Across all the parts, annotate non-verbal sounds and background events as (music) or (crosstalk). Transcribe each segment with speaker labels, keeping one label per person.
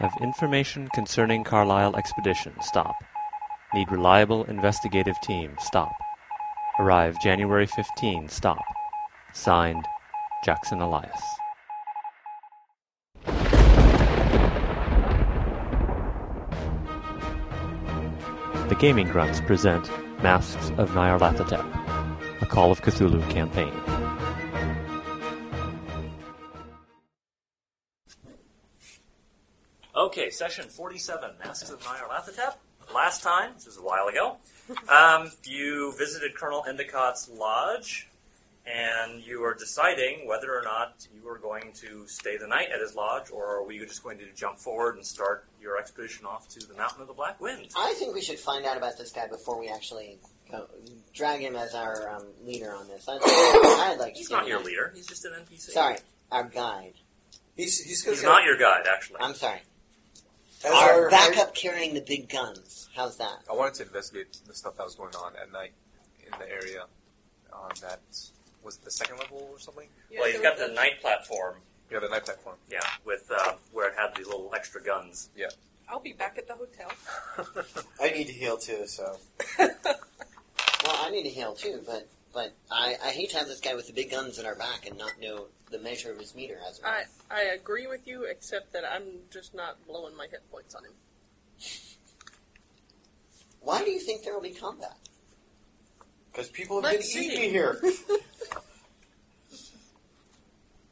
Speaker 1: Have information concerning Carlisle expedition. Stop. Need reliable investigative team. Stop. Arrive January 15. Stop. Signed, Jackson Elias. The Gaming Grunts present Masks of Nyarlathotep, a Call of Cthulhu campaign.
Speaker 2: Okay, session 47, Masks of Nyarlathotep. Last time, this was a while ago, um, you visited Colonel Endicott's lodge, and you are deciding whether or not you are going to stay the night at his lodge, or are we just going to jump forward and start your expedition off to the Mountain of the Black Wind?
Speaker 3: I think we should find out about this guy before we actually go, drag him as our um, leader on this. I'd, I'd like to (coughs)
Speaker 2: He's
Speaker 3: see
Speaker 2: not
Speaker 3: him.
Speaker 2: your leader, he's just an NPC.
Speaker 3: Sorry, our guide.
Speaker 4: He's he's gonna
Speaker 2: He's
Speaker 4: go-
Speaker 2: not your guide, actually.
Speaker 3: I'm sorry.
Speaker 4: as
Speaker 3: Our,
Speaker 4: our-
Speaker 3: backup carrying the big guns. How's that?
Speaker 5: I wanted to investigate the stuff that was going on at night in the area on that was it the second level or something?
Speaker 2: Well, he's got the night platform,
Speaker 5: Yeah, the night platform.
Speaker 2: yeah, with uh, where it had the little extra guns.
Speaker 6: I'll be back at the hotel.
Speaker 4: I need to heal too, so
Speaker 3: Well, I need to heal too, but but I, I hate to have this guy with the big guns at our back and not know the measure of his meter as well.
Speaker 6: I I agree with you, except that I'm just not blowing my hit points on him.
Speaker 3: Why do you think there will be combat?
Speaker 4: because people have
Speaker 6: Let's
Speaker 4: been eating
Speaker 6: see.
Speaker 4: me here.
Speaker 6: (laughs)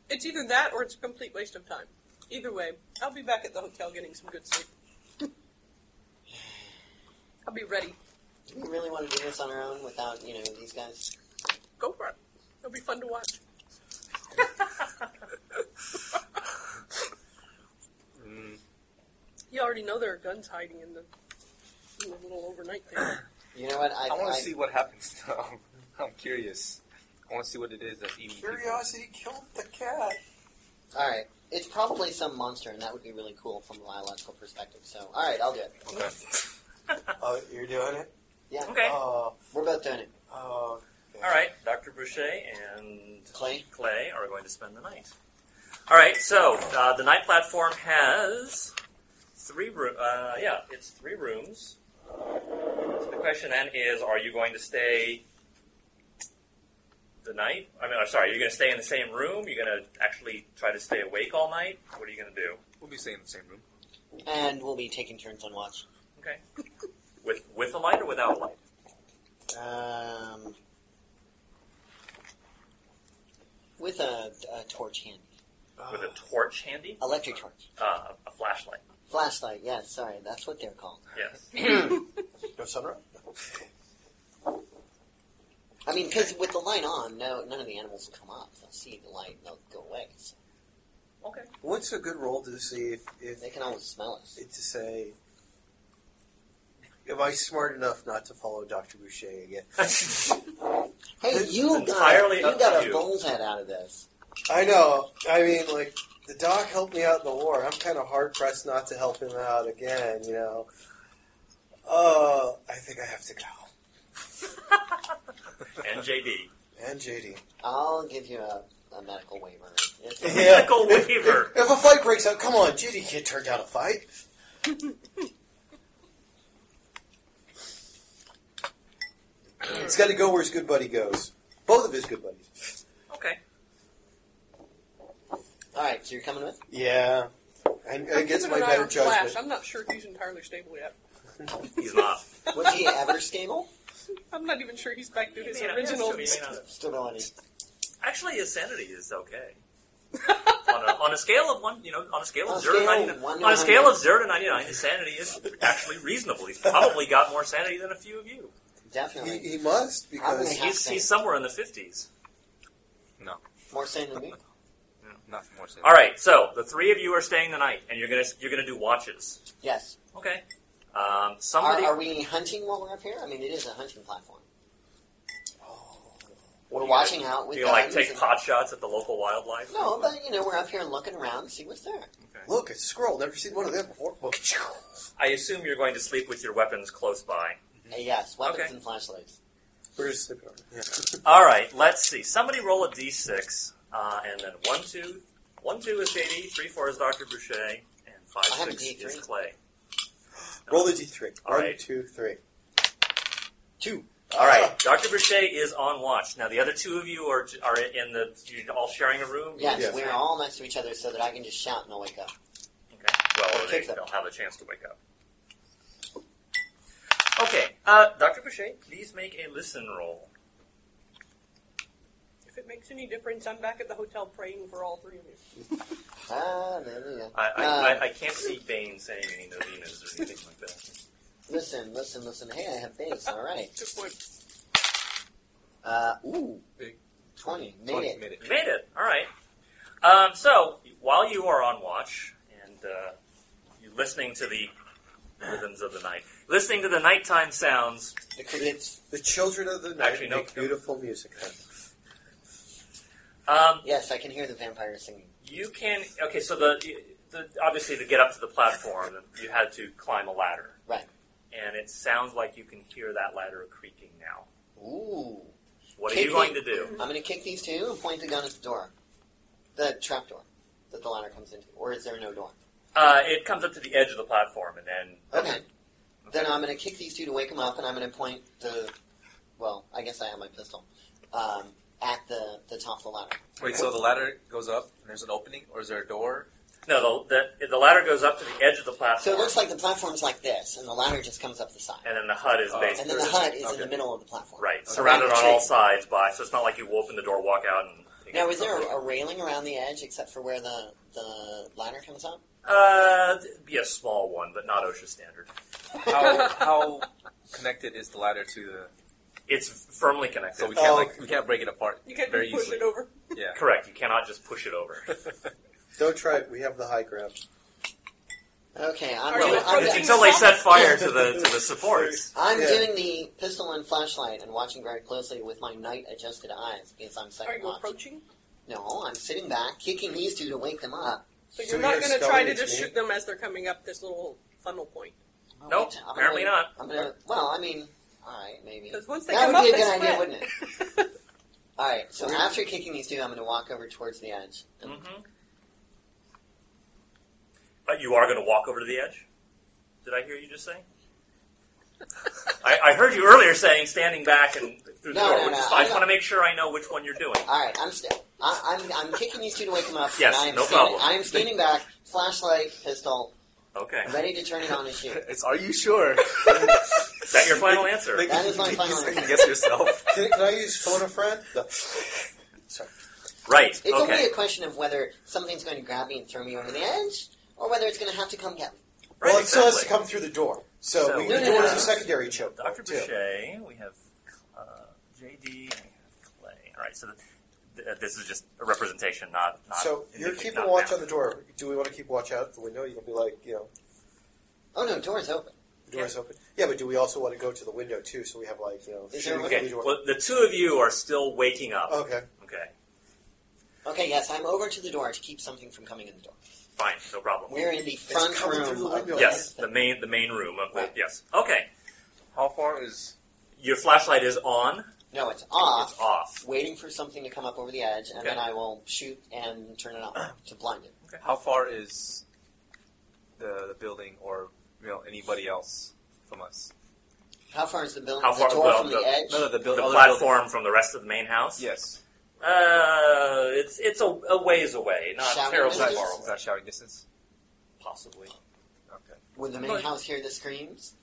Speaker 6: It's either that or it's a complete waste of time. Either way, I'll be back at the hotel getting some good sleep. I'll be ready.
Speaker 3: Do we really want to do this on our own without you know these guys?
Speaker 6: Go for it. It'll be fun to watch.
Speaker 5: Mm.
Speaker 6: You already know there are guns hiding in the, in the little overnight thing.
Speaker 3: You know what? I,
Speaker 5: I want to see what happens. (laughs) though. I'm curious. I want to see what it is that's eating. people.
Speaker 4: Curiosity killed the cat.
Speaker 3: All right, it's probably some monster, and that would be really cool from a biological perspective. So, all right, I'll do it.
Speaker 5: Okay.
Speaker 4: Oh, you're doing it.
Speaker 3: Yeah,
Speaker 2: (laughs)
Speaker 5: Eh.
Speaker 2: Okay,
Speaker 4: Oh,
Speaker 2: all
Speaker 3: we're both doing it.
Speaker 4: oh.
Speaker 2: right, Dr. Boucher and
Speaker 3: Clay.
Speaker 2: Clay are going to spend the night. All right, so uh, the night platform has three room. Uh, yeah, it's three rooms. So the question then is, are you going to stay the night? I mean, I'm sorry, you're going to stay in the same room. You're going to actually try to stay awake all night. What are you going to do
Speaker 5: We'll be staying in the same room.
Speaker 3: And we'll be taking turns on watch.
Speaker 2: with with a light or without a light?
Speaker 3: Um, with a, a torch handy.
Speaker 2: With a torch handy,
Speaker 3: Electric torch.
Speaker 2: uh, a flashlight.
Speaker 3: Flashlight, yes, sorry, that's what they're called.
Speaker 2: Yes.
Speaker 4: No sunrise.
Speaker 3: I mean, because with the light on, no, none of the animals will come up. They'll see the light and they'll go away. So
Speaker 2: Okay.
Speaker 4: What's a good roll to see if if
Speaker 3: they can always smell us.
Speaker 4: to say? Am I smart enough not to follow Doctor Boucher again?
Speaker 3: Hey,
Speaker 4: It's
Speaker 3: you got,
Speaker 2: entirely
Speaker 3: you
Speaker 2: up
Speaker 3: got a
Speaker 2: to you.
Speaker 3: bull's head out of this.
Speaker 4: I know. I mean, like the doc helped me out in the war. I'm kind of hard pressed not to help him out again. You know. Oh, I think I have to go.
Speaker 2: And JD.
Speaker 4: And JD.
Speaker 3: I'll give you a, a medical waiver. It's
Speaker 4: (laughs)
Speaker 2: (laughs)
Speaker 4: Yeah.
Speaker 2: Medical waiver.
Speaker 4: (laughs) If a fight breaks out, come on, JD can't turn down a fight.
Speaker 2: (laughs)
Speaker 4: it's got to go where his good buddy goes. Both of his good buddies.
Speaker 2: Okay.
Speaker 3: All right, so you're coming with?
Speaker 4: Yeah. And
Speaker 6: I'm
Speaker 4: it gets my
Speaker 6: keeping an eye
Speaker 4: better
Speaker 6: on Flash.
Speaker 4: judgment.
Speaker 6: I'm not sure if he's entirely stable yet.
Speaker 2: He's not.
Speaker 3: Was he ever stable?
Speaker 6: I'm not even sure he's back to his
Speaker 2: (laughs) He may not-
Speaker 6: original.
Speaker 2: he may not-
Speaker 3: Stability.
Speaker 2: Actually, his sanity is (laughs) okay. on, a, on a scale of one, you know, on a scale
Speaker 3: On
Speaker 2: of
Speaker 3: a
Speaker 2: zero to
Speaker 3: scale
Speaker 2: ninety
Speaker 3: of
Speaker 2: nine,
Speaker 3: one
Speaker 2: on
Speaker 3: to
Speaker 2: a scale of
Speaker 3: 100.
Speaker 2: zero to ninety nine, his sanity is actually reasonable. He's probably got more sanity than a few of you.
Speaker 3: Definitely.
Speaker 4: He, he must
Speaker 3: I'm
Speaker 4: because
Speaker 3: gonna-
Speaker 2: He's, he's somewhere in the fifties.
Speaker 5: No,
Speaker 3: More sane than me?
Speaker 5: nothing more. Same.
Speaker 2: All right, so the three of you are staying the night, and you're gonna you're gonna do watches.
Speaker 3: Yes.
Speaker 2: Okay. Um,
Speaker 3: Are,
Speaker 2: somebody.
Speaker 3: are we hunting while we're up here? I mean, it is a hunting platform. We're
Speaker 2: You
Speaker 3: watching
Speaker 2: guys-
Speaker 3: out with
Speaker 2: Oh. you know, like
Speaker 3: guns
Speaker 2: take
Speaker 3: and-
Speaker 2: pot shots at the local wildlife.
Speaker 3: No, but you know, we're up here looking around, and see what's there.
Speaker 2: Mm-hmm.
Speaker 4: look, it's a squirrel. Never seen one of them before. Well,
Speaker 2: I assume you're going to sleep with your weapons close by.
Speaker 3: Uh, yes, weapons
Speaker 2: Okay.
Speaker 3: and flashlights.
Speaker 4: We're just sleeping on it.
Speaker 2: All right, let's see. Somebody roll a d6, uh, and then one, two, one, two is JD, three, four is Doctor Boucher, and Five
Speaker 3: I have a
Speaker 2: six
Speaker 3: D3.
Speaker 2: is clay.
Speaker 4: Roll the d3.
Speaker 2: All
Speaker 4: One,
Speaker 2: right.
Speaker 4: two, three.
Speaker 3: Two.
Speaker 2: All right, Doctor Boucher is on watch now. The other two of you are are in the you're all sharing a room.
Speaker 3: Yes,
Speaker 4: Yes.
Speaker 3: we're all next to each other so that I can just shout and I'll wake up.
Speaker 2: Okay. Well,
Speaker 3: I'll
Speaker 2: they,
Speaker 3: kick them.
Speaker 2: they'll have a chance to wake up. Okay, uh, Doctor Boucher, please make a listen roll.
Speaker 6: If it makes any difference, I'm back at the hotel praying for all three of you.
Speaker 3: Ah, there we go.
Speaker 2: I I,
Speaker 3: Uh,
Speaker 2: I, I can't see Bane saying any novenas or anything like that.
Speaker 3: Listen, listen, listen. Hey, I have base. All right.
Speaker 6: Good point.
Speaker 3: Uh, ooh.
Speaker 5: Big.
Speaker 3: 20. Made it.
Speaker 5: made it.
Speaker 2: You made it. All right. Um, so while you are on watch and uh, you're listening to the rhythms of the night, listening to the nighttime sounds,
Speaker 3: The crickets.
Speaker 4: The children of the night
Speaker 2: Actually, no,
Speaker 4: make
Speaker 2: no.
Speaker 4: beautiful music.
Speaker 2: um,
Speaker 3: Yes, I can hear the vampires singing.
Speaker 2: you can. Okay, so the, the obviously to get up to the platform, you had to climb a ladder.
Speaker 3: Right.
Speaker 2: And it sounds like you can hear that ladder creaking now.
Speaker 3: Ooh.
Speaker 2: What are you
Speaker 3: Creaking.
Speaker 2: going to do?
Speaker 3: I'm going to kick these two and point the gun at the door. The trap door that the ladder comes into. Or is there no door?
Speaker 2: Uh, it comes up to the edge of the platform, and then
Speaker 3: Okay. Then I'm going to kick these two to wake them up, and I'm going to point the. Well, I guess I have my pistol. Um, at the, the top of the ladder.
Speaker 5: Wait, so the ladder goes up and there's an opening, or is there a door?
Speaker 2: no, the, the the ladder goes up to the edge of the
Speaker 3: So
Speaker 2: platform,
Speaker 3: it looks like the platform's like this, and the ladder just comes up the side.
Speaker 2: and then the hut is
Speaker 5: Oh.
Speaker 3: And
Speaker 2: basically
Speaker 3: then the hut is in
Speaker 5: Okay.
Speaker 3: the middle of the platform.
Speaker 2: Right,
Speaker 5: Okay.
Speaker 2: surrounded
Speaker 3: Around
Speaker 2: on
Speaker 3: the
Speaker 2: all
Speaker 3: tree.
Speaker 2: sides by, so it's not like you open the door, walk out, and.
Speaker 3: Now, is there a, a railing around the edge except for where the, the ladder comes up?
Speaker 2: Uh, be a small one, but not OSHA standard.
Speaker 5: How, how connected is the ladder to the?
Speaker 2: It's firmly connected.
Speaker 5: So
Speaker 2: Uh,
Speaker 5: we can't
Speaker 4: Oh.
Speaker 5: like we can't break it apart
Speaker 6: You can
Speaker 5: very
Speaker 6: push
Speaker 5: easily.
Speaker 6: it over.
Speaker 5: Yeah.
Speaker 2: Correct, you cannot just push it over.
Speaker 4: Don't try it. We have the high ground.
Speaker 3: Okay, I'm,
Speaker 2: (laughs)
Speaker 6: Are
Speaker 3: doing,
Speaker 6: you
Speaker 3: I'm,
Speaker 6: approaching-
Speaker 2: Until they set fire to the to the supports.
Speaker 3: I'm
Speaker 4: Yeah.
Speaker 3: doing the pistol and flashlight and watching very closely with my night adjusted eyes because I'm
Speaker 6: Are
Speaker 3: second
Speaker 6: you
Speaker 3: watch.
Speaker 6: approaching?
Speaker 3: No, I'm sitting back, kicking these two to wake them up.
Speaker 6: So you're
Speaker 4: So
Speaker 6: not
Speaker 4: you're
Speaker 6: going to try to
Speaker 4: scouting
Speaker 6: just
Speaker 4: me?
Speaker 6: shoot them as they're coming up this little funnel point.
Speaker 3: Oh,
Speaker 2: Nope,
Speaker 3: wait, I'm
Speaker 2: apparently
Speaker 3: gonna-
Speaker 2: not.
Speaker 3: I'm gonna. Well, I mean, all right, maybe.
Speaker 6: Because once they
Speaker 3: That
Speaker 6: come
Speaker 3: would be a good
Speaker 6: up, they
Speaker 3: idea,
Speaker 6: spread.
Speaker 3: wouldn't it?
Speaker 6: (laughs)
Speaker 3: All right, so after kicking these two, I'm going to walk over towards the edge. And
Speaker 2: Mm-hmm. But you are going to walk over to the edge. Did I hear you
Speaker 3: (laughs)
Speaker 2: just say? I, I heard you earlier saying standing back and through the
Speaker 3: No,
Speaker 2: door.
Speaker 3: no,
Speaker 2: which
Speaker 3: no,
Speaker 2: is,
Speaker 3: I'm
Speaker 2: I just
Speaker 3: not-
Speaker 2: want to make sure I know which one you're doing.
Speaker 3: All right, I'm st- I, I'm I'm kicking these two to wake them up.
Speaker 2: Yes,
Speaker 3: and I'm
Speaker 2: no
Speaker 3: standing,
Speaker 2: problem.
Speaker 3: I'm standing back, flashlight, pistol,
Speaker 2: Okay, is
Speaker 3: ready to turn it on and shoot.
Speaker 5: It's are you
Speaker 3: (laughs)
Speaker 5: sure?
Speaker 2: that your final answer?
Speaker 4: Like,
Speaker 3: That is my
Speaker 5: (laughs) You
Speaker 3: final
Speaker 5: second
Speaker 3: answer.
Speaker 5: guess yourself.
Speaker 4: Can, can I use phone a friend? No.
Speaker 2: Right.
Speaker 3: It's
Speaker 2: okay.
Speaker 3: only a question of whether something's going to grab me and throw me over the edge, or whether it's going to have to come get me.
Speaker 2: Right,
Speaker 4: well, it still has
Speaker 2: exactly.
Speaker 4: to come through the door. So,
Speaker 2: So
Speaker 4: we,
Speaker 2: we
Speaker 4: the door is
Speaker 2: have-
Speaker 4: a secondary choke.
Speaker 2: Dr.
Speaker 4: too.
Speaker 2: Boucher, we have uh, JD, and we have Clay. All right, so th- th- uh, this is just a representation, not. not
Speaker 4: So you're
Speaker 2: indicative,
Speaker 4: keeping
Speaker 2: not
Speaker 4: watch
Speaker 2: map.
Speaker 4: on the door. Do we want to keep watch out the window? You'll be like, you know,
Speaker 3: Oh no, door's open.
Speaker 4: the door's open. Yeah, but do we also want to go to the window too? So we have like, you Uh, know,
Speaker 3: Is
Speaker 4: shooting
Speaker 3: there-
Speaker 4: through
Speaker 2: Okay,
Speaker 4: the door.
Speaker 2: well, the two of you are still waking up.
Speaker 4: Okay.
Speaker 2: Okay,
Speaker 3: Okay, yes, I'm over to the door to keep something from coming in the door.
Speaker 2: fine, no problem.
Speaker 3: We're in the front
Speaker 4: coming
Speaker 3: room.
Speaker 4: through the
Speaker 3: of
Speaker 4: window.
Speaker 2: yes, the main the main room of the
Speaker 3: Right.
Speaker 2: yes. Okay,
Speaker 5: How far is?
Speaker 2: your flashlight is on.
Speaker 3: No, it's off.
Speaker 2: It's off.
Speaker 3: Waiting for something to come up over the edge, and
Speaker 2: Okay.
Speaker 3: then I will shoot and turn it on to blind it.
Speaker 5: How far is the, the building or you know anybody else from us?
Speaker 3: How far is the building?
Speaker 2: How far-
Speaker 3: the door
Speaker 2: well,
Speaker 3: from the,
Speaker 2: the-
Speaker 3: edge?
Speaker 5: No, no, the, build,
Speaker 2: The
Speaker 5: other
Speaker 2: platform from the rest of the main house.
Speaker 5: Building. Yes.
Speaker 2: Uh, it's it's a, a ways away, not
Speaker 3: Shall we
Speaker 2: terribly
Speaker 5: Is
Speaker 3: Right.
Speaker 5: that,
Speaker 3: move
Speaker 2: far
Speaker 5: is
Speaker 2: away.
Speaker 5: that shouting distance?
Speaker 2: Possibly.
Speaker 5: Okay.
Speaker 3: Would the main
Speaker 6: Right.
Speaker 3: house hear the screams?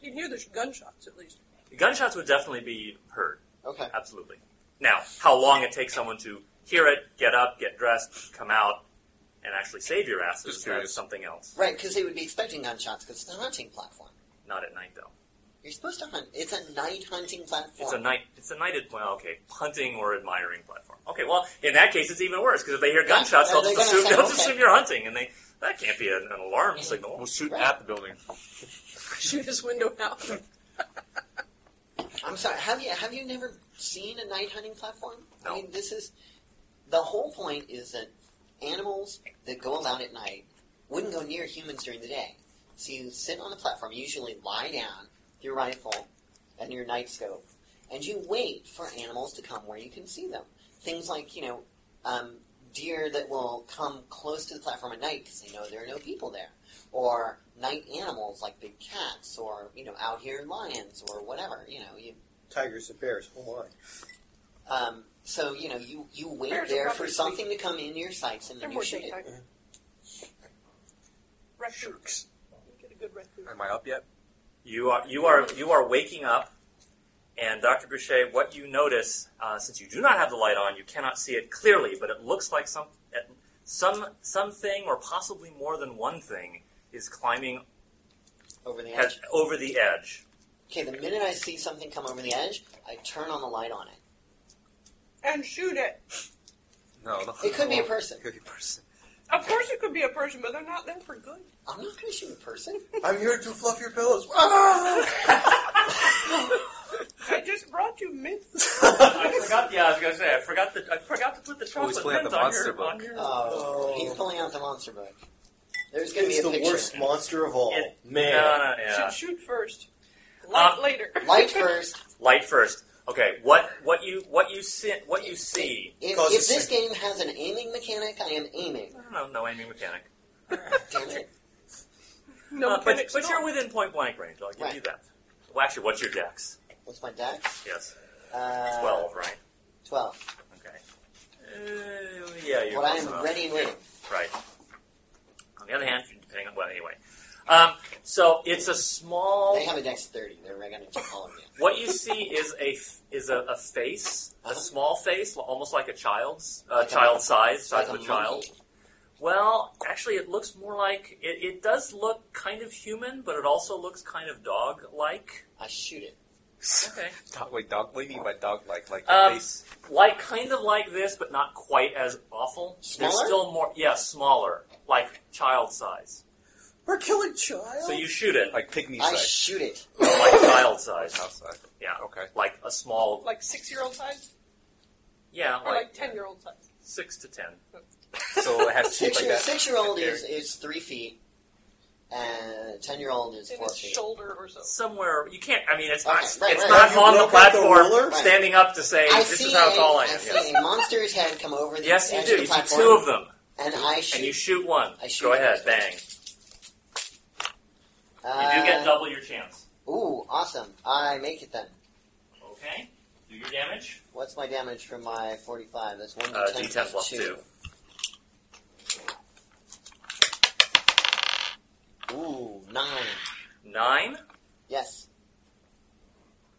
Speaker 6: You can hear the sh- gunshots at least. (laughs)
Speaker 2: Gunshots would definitely be heard.
Speaker 3: Okay.
Speaker 2: Absolutely. Now, how long it takes someone to hear it, get up, get dressed, come out, and actually save your asses,
Speaker 5: Just
Speaker 2: that
Speaker 5: curious.
Speaker 2: is something else.
Speaker 3: Right, because they would be expecting gunshots because it's a hunting platform.
Speaker 2: Not at night, though.
Speaker 3: You're supposed to hunt. It's a night hunting platform.
Speaker 2: It's a night. It's a night. Well, okay, hunting or admiring platform. Okay, well, in that case, it's even worse because if they hear gunshots,
Speaker 3: Yeah,
Speaker 2: they'll
Speaker 3: they're
Speaker 2: just
Speaker 3: gonna
Speaker 2: assume,
Speaker 3: say,
Speaker 2: they'll just
Speaker 3: okay.
Speaker 2: assume you're hunting, and they that can't be an, an alarm signal.
Speaker 3: Hmm.
Speaker 5: We'll shoot
Speaker 3: Right.
Speaker 5: at the building.
Speaker 6: Shoot his window out.
Speaker 3: I'm sorry. Have you have you never seen a night hunting platform?
Speaker 2: No.
Speaker 3: I mean, this is the whole point is that animals that go about at night wouldn't go near humans during the day. So you sit on the platform, you usually lie down, with your rifle, and your night scope, and you wait for animals to come where you can see them. Things like you know um, deer that will come close to the platform at night because they know there are no people there, or night animals like big cats or you know out here lions or whatever you know you
Speaker 4: Tigers and bears. Oh
Speaker 3: um, so you know you you wait
Speaker 6: Bears are
Speaker 3: there for
Speaker 6: probably
Speaker 3: something to come into your sights and
Speaker 6: (laughs) They're
Speaker 3: then
Speaker 6: more
Speaker 3: you shoot it.
Speaker 6: daytime.
Speaker 4: Yeah. Mm-hmm.
Speaker 6: Raccoon. Get a good raccoon.
Speaker 5: Am I up yet?
Speaker 2: You are you are you are waking up, and Doctor Boucher, what you notice uh, since you do not have the light on, you cannot see it clearly, but it looks like some at- some something or possibly more than one thing is climbing
Speaker 3: over the
Speaker 2: at-
Speaker 3: edge.
Speaker 2: over the edge.
Speaker 3: Okay, the minute I see something come over the edge, I turn on the light on it.
Speaker 6: And shoot it.
Speaker 5: No. no.
Speaker 3: It could be a person.
Speaker 5: It (laughs) could be a person.
Speaker 6: Of course, it could be a person, but they're not there for good.
Speaker 3: I'm not going to shoot a
Speaker 6: (laughs)
Speaker 3: person.
Speaker 4: my! I'm here to fluff your pillows. Ah!
Speaker 6: I just brought you mints.
Speaker 2: I forgot. Yeah, I was gonna say I forgot the I forgot to put the
Speaker 5: Oh, he's
Speaker 2: chocolate
Speaker 5: playing
Speaker 2: mint
Speaker 5: the
Speaker 2: on
Speaker 5: monster
Speaker 2: your,
Speaker 5: book.
Speaker 2: on your.
Speaker 3: Oh,
Speaker 4: Oh.
Speaker 3: he's pulling out the monster book. There's going to be
Speaker 4: It's
Speaker 3: a
Speaker 4: the
Speaker 3: picture.
Speaker 4: worst monster of all.
Speaker 2: It-
Speaker 4: Man.
Speaker 2: No, no, yeah.
Speaker 6: Should shoot first. Light
Speaker 2: Um,
Speaker 6: later.
Speaker 3: Light first.
Speaker 2: Light first. Okay. What what you what you see what you see?
Speaker 3: If,
Speaker 4: Cause
Speaker 3: if
Speaker 4: it's
Speaker 3: this
Speaker 4: sick.
Speaker 3: game has an aiming mechanic, I am aiming.
Speaker 2: No, no, no aiming mechanic.
Speaker 3: Damn it.
Speaker 6: (laughs) No,
Speaker 2: Uh, but
Speaker 6: mechanics
Speaker 2: but
Speaker 6: at
Speaker 2: you're
Speaker 6: all.
Speaker 2: within point blank range. I'll give you
Speaker 3: Right.
Speaker 2: that. Well, actually, what's your dex?
Speaker 3: What's my dex?
Speaker 2: Yes,
Speaker 3: Uh,
Speaker 2: twelve, right?
Speaker 3: 12.
Speaker 2: Okay. Uh, yeah, you're
Speaker 3: Well, I
Speaker 2: close
Speaker 3: am
Speaker 2: enough.
Speaker 3: ready and waiting.
Speaker 2: Right. On the other hand, depending on well, anyway. Um, so it's a small.
Speaker 3: They have a dex 30. They're going to check all of you.
Speaker 2: What you see is a f- is a, a face, a
Speaker 3: Uh-huh.
Speaker 2: small face, l- almost like a child's, uh,
Speaker 3: Like a-
Speaker 2: child size,
Speaker 3: Like
Speaker 2: size of a
Speaker 3: a
Speaker 2: child.
Speaker 3: monkey.
Speaker 2: Well, actually, it looks more like it, it does look kind of human, but it also looks kind of dog
Speaker 3: (laughs)
Speaker 2: like.
Speaker 3: I shoot it.
Speaker 2: Okay.
Speaker 5: Dog, wait, dog. What do you mean by dog like? Like the
Speaker 2: Um,
Speaker 5: face?
Speaker 2: like kind of like this, but not quite as awful. There's
Speaker 3: Smaller?
Speaker 2: still more. Yeah, smaller, like child size.
Speaker 4: We're killing child.
Speaker 2: So you shoot it
Speaker 5: Like pygmy
Speaker 3: I
Speaker 5: size.
Speaker 3: shoot it.
Speaker 2: like child size.
Speaker 5: Outside.
Speaker 2: Yeah,
Speaker 5: Oh, Okay.
Speaker 2: like a small.
Speaker 6: like six-year-old size
Speaker 2: Yeah,
Speaker 6: or
Speaker 2: like
Speaker 6: like ten-year-old
Speaker 2: (laughs)
Speaker 6: size.
Speaker 2: six to ten.
Speaker 5: So it has teeth
Speaker 3: Six
Speaker 5: like
Speaker 3: year,
Speaker 5: that.
Speaker 3: six year old
Speaker 5: Like
Speaker 3: is, is 3 feet, and 10 year old is
Speaker 6: (laughs) In
Speaker 3: 4
Speaker 6: his
Speaker 3: feet.
Speaker 6: shoulder or so.
Speaker 2: Somewhere you can't. I mean, it's not.
Speaker 3: Okay, right,
Speaker 2: it's
Speaker 3: right.
Speaker 2: not
Speaker 4: Have you
Speaker 2: on the
Speaker 4: looked at the
Speaker 2: platform
Speaker 4: ruler?
Speaker 3: Right.
Speaker 2: standing up to say
Speaker 3: I
Speaker 2: this
Speaker 3: see
Speaker 2: is how
Speaker 3: a,
Speaker 2: tall I am.
Speaker 3: see
Speaker 2: Yes,
Speaker 3: a monster's head come over the
Speaker 2: yes
Speaker 3: edge
Speaker 2: you
Speaker 3: of
Speaker 2: do.
Speaker 3: the
Speaker 2: You see
Speaker 3: platform,
Speaker 2: two of them,
Speaker 3: and I shoot.
Speaker 2: and you shoot one.
Speaker 3: I shoot
Speaker 2: Go
Speaker 3: one.
Speaker 2: ahead, bang. You do get
Speaker 3: Uh,
Speaker 2: double your chance.
Speaker 3: Ooh, awesome. I make it then.
Speaker 2: Okay, do your damage.
Speaker 3: What's my damage from my 45? That's 1 to
Speaker 2: Uh,
Speaker 3: 10
Speaker 2: D10 plus
Speaker 3: 2. Ooh, 9.
Speaker 2: Nine.
Speaker 3: Yes,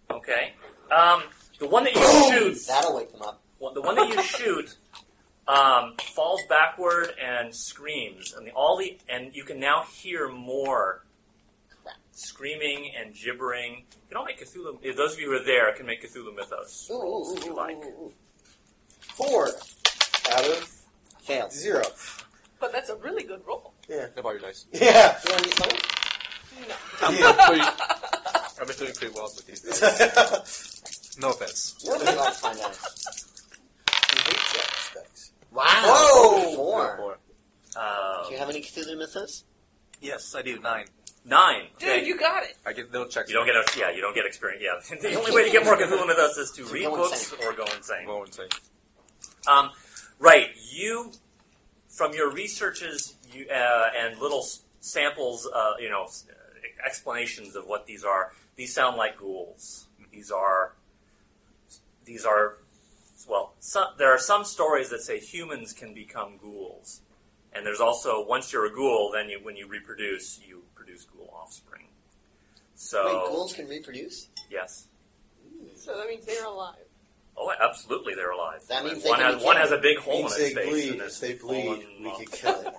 Speaker 2: Okay. Um, the one
Speaker 3: (coughs)
Speaker 2: that you shoot,
Speaker 3: that'll wake them up.
Speaker 2: well, the one that you shoot, um, falls backward and screams, and the, all the and you can now hear more screaming and gibbering. You can all make Cthulhu. If those of you who are there can make Cthulhu Mythos
Speaker 3: Ooh, ooh,
Speaker 2: rolls if
Speaker 3: ooh,
Speaker 2: you
Speaker 3: ooh,
Speaker 2: like.
Speaker 3: ooh, ooh.
Speaker 4: Four out of
Speaker 3: Failed.
Speaker 4: zero. (laughs)
Speaker 6: But that's a really good roll.
Speaker 5: No, about your dice.
Speaker 4: Yeah. (laughs)
Speaker 3: You want to be sold?
Speaker 6: No.
Speaker 5: I'm, pretty, I'm just doing pretty well with these. dice. No offense.
Speaker 2: (laughs)
Speaker 3: Nobody likes my dice.
Speaker 4: We hate Jack's dice.
Speaker 3: Wow.
Speaker 2: Oh,
Speaker 4: Whoa!
Speaker 3: Four.
Speaker 5: Four.
Speaker 2: Uh,
Speaker 3: Do you have any Cthulhu mythos?
Speaker 5: Yes, I do. Nine.
Speaker 2: nine.
Speaker 6: Dude,
Speaker 2: Okay.
Speaker 6: you got it.
Speaker 5: I get no checks.
Speaker 2: You don't get a, yeah, you don't get experience. Yeah, (laughs) the only way to get more Cthulhu Mythos is to
Speaker 3: To
Speaker 2: read
Speaker 3: go
Speaker 2: books
Speaker 3: insane.
Speaker 2: or go insane.
Speaker 5: Well, insane.
Speaker 2: Um, right, you from your researches you, uh, and little s- samples, uh, you know, s- uh, explanations of what these are. These sound like ghouls. These are these are well. Some, there are some stories that say humans can become ghouls, and there's also once you're a ghoul, then you when you reproduce, you produce ghoul offspring. So
Speaker 3: Wait, ghouls can reproduce?
Speaker 2: yes.
Speaker 6: So that means they're alive.
Speaker 2: Oh, absolutely, they're alive.
Speaker 3: That means they
Speaker 2: one
Speaker 3: can
Speaker 2: has
Speaker 3: be
Speaker 2: one
Speaker 3: killed.
Speaker 2: has a big hole in
Speaker 4: Means
Speaker 2: its
Speaker 4: they
Speaker 2: face.
Speaker 4: bleed.
Speaker 2: and
Speaker 4: If
Speaker 2: it's
Speaker 4: they bleed,
Speaker 2: fallen
Speaker 4: we
Speaker 2: off.
Speaker 4: can kill it.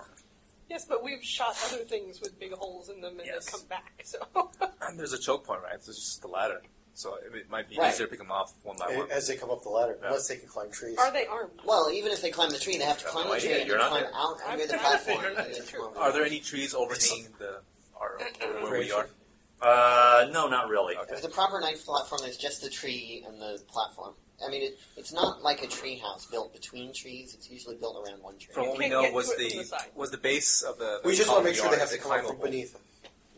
Speaker 6: Yes, but we've shot other things with big holes in them and
Speaker 2: Yes.
Speaker 6: they come back. So (laughs)
Speaker 5: And there's a choke point, right? There's just the ladder. So it, it might be
Speaker 3: Right.
Speaker 5: easier to pick them off one by one.
Speaker 4: As they come up the ladder,
Speaker 5: Yeah.
Speaker 4: unless they can climb trees.
Speaker 6: are they armed?
Speaker 3: Well, even if they climb the tree, they have to
Speaker 2: I have
Speaker 3: climb
Speaker 2: no
Speaker 3: the tree
Speaker 2: idea.
Speaker 3: and
Speaker 2: You're
Speaker 3: then
Speaker 2: not
Speaker 3: climb
Speaker 2: there.
Speaker 3: out
Speaker 6: I'm
Speaker 3: under the
Speaker 6: not
Speaker 3: platform.
Speaker 6: there.
Speaker 3: and then come over.
Speaker 5: Are there any trees overhanging the our, uh, where we are?
Speaker 2: Uh, no, not really.
Speaker 5: Okay.
Speaker 3: If the proper night platform is just the tree and the platform. I mean, it, it's not like a tree house built between trees. It's usually built around one tree.
Speaker 5: From
Speaker 6: You
Speaker 5: what we
Speaker 6: can't
Speaker 5: know,
Speaker 6: get
Speaker 5: was
Speaker 6: to it from the
Speaker 5: the
Speaker 6: side.
Speaker 5: was the base of the.
Speaker 4: We
Speaker 5: the
Speaker 4: just want
Speaker 5: column
Speaker 4: to make sure
Speaker 5: we
Speaker 4: they
Speaker 5: are, Uh,
Speaker 4: have to
Speaker 5: is it
Speaker 4: come up from
Speaker 5: climbable?
Speaker 4: beneath.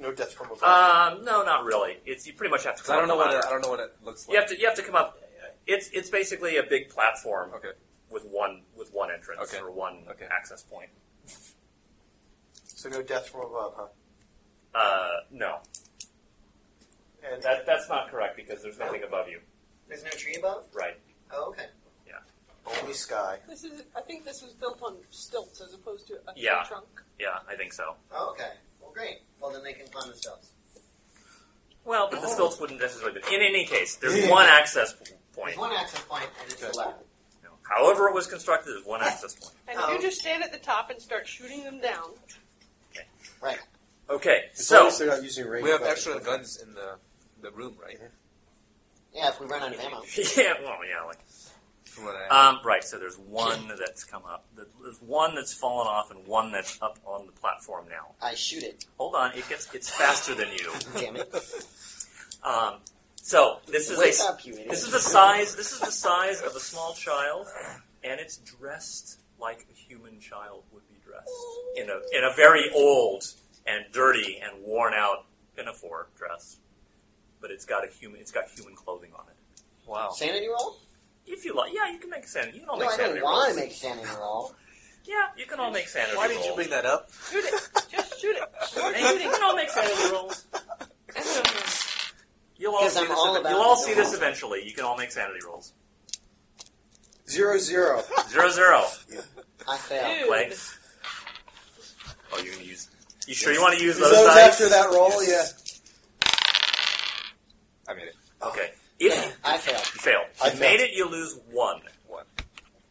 Speaker 4: No death from above.
Speaker 2: Um, no, not really. It's you pretty much have to.
Speaker 5: 'Cause I don't
Speaker 2: Come
Speaker 5: know
Speaker 2: up
Speaker 5: what
Speaker 2: the
Speaker 5: it,
Speaker 2: ladder.
Speaker 5: I don't know what it looks like.
Speaker 2: You have to. You have to come up. It's it's basically a big platform
Speaker 5: Okay.
Speaker 2: with one with one entrance
Speaker 5: Okay.
Speaker 2: or one
Speaker 5: Okay.
Speaker 2: access point.
Speaker 4: so no death from above, huh?
Speaker 2: Uh, no,
Speaker 5: And
Speaker 2: that, that's not correct because there's nothing above you.
Speaker 3: There's no tree above?
Speaker 2: Right.
Speaker 3: Oh, okay.
Speaker 5: only sky.
Speaker 6: This is. I think this was built on stilts as opposed to a tree
Speaker 2: Yeah.
Speaker 6: trunk.
Speaker 2: Yeah, I think so.
Speaker 3: Oh, okay. Well, great. Well, then they can climb themselves.
Speaker 2: Well, but the stilts wouldn't necessarily. Be. In any case, there's
Speaker 4: Yeah.
Speaker 2: one access p- point.
Speaker 3: There's one access point, and it's
Speaker 5: Good.
Speaker 3: the left.
Speaker 2: However, it was constructed, there's one access point.
Speaker 6: And
Speaker 3: Oh.
Speaker 6: if you just stand at the top and start shooting them down,
Speaker 3: Right.
Speaker 2: Okay,
Speaker 4: As
Speaker 2: so
Speaker 4: long as they're not using range
Speaker 5: We have
Speaker 4: weapons.
Speaker 5: extra guns in the the room, right?
Speaker 3: Yeah, if we run out of ammo.
Speaker 2: (laughs) yeah, well, yeah, like
Speaker 5: From what I
Speaker 2: Um, right, so there's one that's come up. There's one that's fallen off and one that's up on the platform now.
Speaker 3: I shoot
Speaker 2: (laughs)
Speaker 3: it.
Speaker 2: Hold on, it gets it's faster than you.
Speaker 3: Damn it.
Speaker 2: Um, so this is
Speaker 3: Wake
Speaker 2: a
Speaker 3: up, you idiot.
Speaker 2: this is the size this is the size of a small child, and it's dressed like a human child would be dressed in a in a very old and dirty and worn out pinafore dress, but it's got a human it's got human clothing on it.
Speaker 5: wow.
Speaker 3: Sanity roll?
Speaker 2: If you like, yeah, you can make sanity. You can all
Speaker 3: No,
Speaker 2: make
Speaker 3: I
Speaker 2: sanity
Speaker 3: don't want
Speaker 2: rolls.
Speaker 3: to make sanity roll.
Speaker 2: Yeah, you can all make sanity
Speaker 5: Why did
Speaker 2: rolls.
Speaker 5: you bring that up?
Speaker 6: shoot it. just shoot it.
Speaker 2: (laughs)
Speaker 6: Start
Speaker 2: Hey, you
Speaker 6: shooting.
Speaker 2: can all make (laughs) sanity rolls. You'll all
Speaker 3: 'Cause
Speaker 2: see,
Speaker 3: I'm
Speaker 2: this,
Speaker 3: all
Speaker 2: ev-
Speaker 3: about
Speaker 2: you'll all
Speaker 3: the
Speaker 2: see
Speaker 3: roll.
Speaker 2: this eventually. You can all make sanity rolls.
Speaker 4: Zero
Speaker 5: (laughs)
Speaker 4: zero.
Speaker 2: Zero zero.
Speaker 3: I fail.
Speaker 6: Dude.
Speaker 2: Play. Oh, you're gonna use. You sure you want to use
Speaker 4: Is
Speaker 2: those,
Speaker 4: those
Speaker 2: dice?
Speaker 4: after that roll? Yeah.
Speaker 5: I made it.
Speaker 2: Okay. If you
Speaker 3: I fail.
Speaker 2: you fail,
Speaker 4: I
Speaker 2: if you made it, you lose one.
Speaker 5: One.